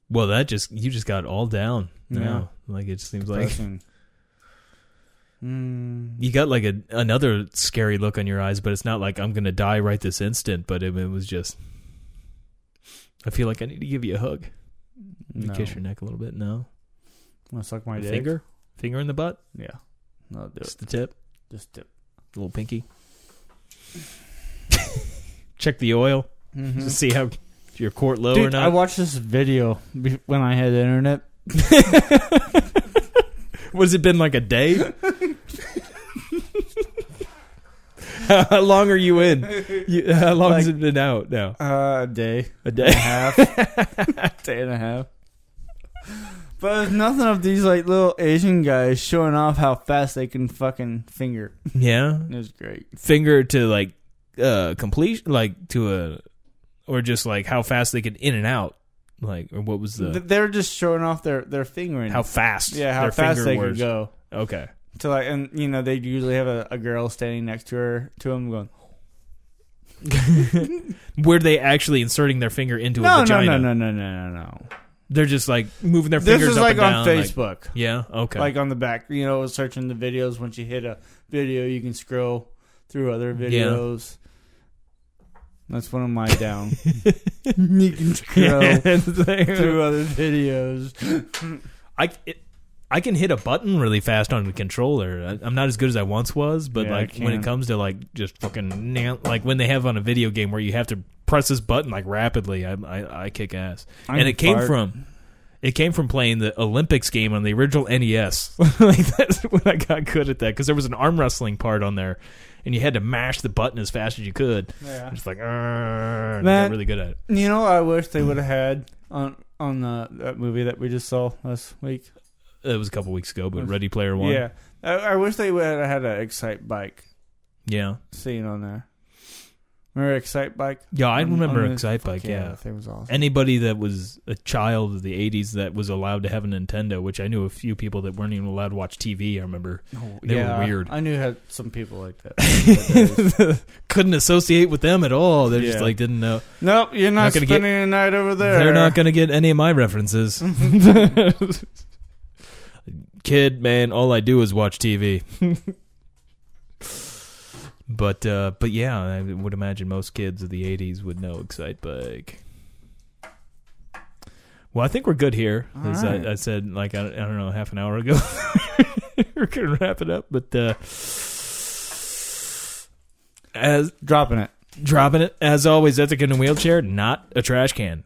well, that just you just got all down. Yeah. now. like it just seems like Depressing. Mm. you got like a another scary look on your eyes, but it's not like I'm gonna die right this instant. But it, it was just, I feel like I need to give you a hug, Let me No. kiss your neck a little bit. No, Wanna suck my dick? finger, finger in the butt, Yeah. No, do it. just the tip, Just dip. little pinky. Check the oil Mhm. to see how your court low or Dude, not. I watched this video be- when I had internet. What has it been like a day? how long are you in? You- how long has it been out now? Uh, a day. and A a day. half. day and a half. But there's nothing of these like little Asian guys showing off how fast they can fucking finger. Yeah, It was great. finger to like uh completion, like to a, or just like how fast they could in and out, like or what was Th- the They're just showing off their their fingering. how fast? yeah, how their fast finger they was. can go. Okay, To like, and you know, they usually have a, a girl standing next to her to him going, were they actually inserting their finger into a no, no, vagina? no, no, no, no, no, no. They're just like moving their This fingers was up like and on down, like- Facebook, like, yeah. Okay. on the back. You know, searching the videos. Once you hit a video, you can scroll through other videos. That's one of my down. you can scroll through other videos. I it, I can hit a button really fast on the controller. I, I'm not as good as I once was, but Yeah, I like when it can. comes to like just fucking na- like when they have on a video game where you have to press this button like rapidly, I I, I kick ass. I and can it came fart. from it came from playing the Olympics game on the original NES. like that's when I got good at that because there was an arm wrestling part on there, and you had to mash the button as fast as you could. Yeah. I'm just like, "Arr," and I Man. got really good at it. You know, what I wish they would have had on on the, that movie that we just saw last week. It was a couple weeks ago, but Ready Player One. Yeah, I, I wish they would have had an Excite Bike yeah, scene on there. Remember Excite Bike? yeah. I On- remember on this- Excite Bike. Yeah, yeah. that thing was awesome. anybody that was a child of the 80s that was allowed to have a Nintendo, which I knew a few people that weren't even allowed to watch TV, I remember. they were yeah, weird. I knew had some people like that. Couldn't associate with them at all. They just Yeah. like didn't know. nope, you're not, Not gonna spending get- the night over there. They're not going to get any of my references. Kid, man, all I do is watch TV. But uh, but yeah, I would imagine most kids of the '80s would know Excite Bike. Well, I think we're good here. As right. I, I said, like I, I don't know, half an hour ago, we're gonna wrap it up. But uh, as Dropping it. dropping it as always, ethic in a wheelchair, not a trash can.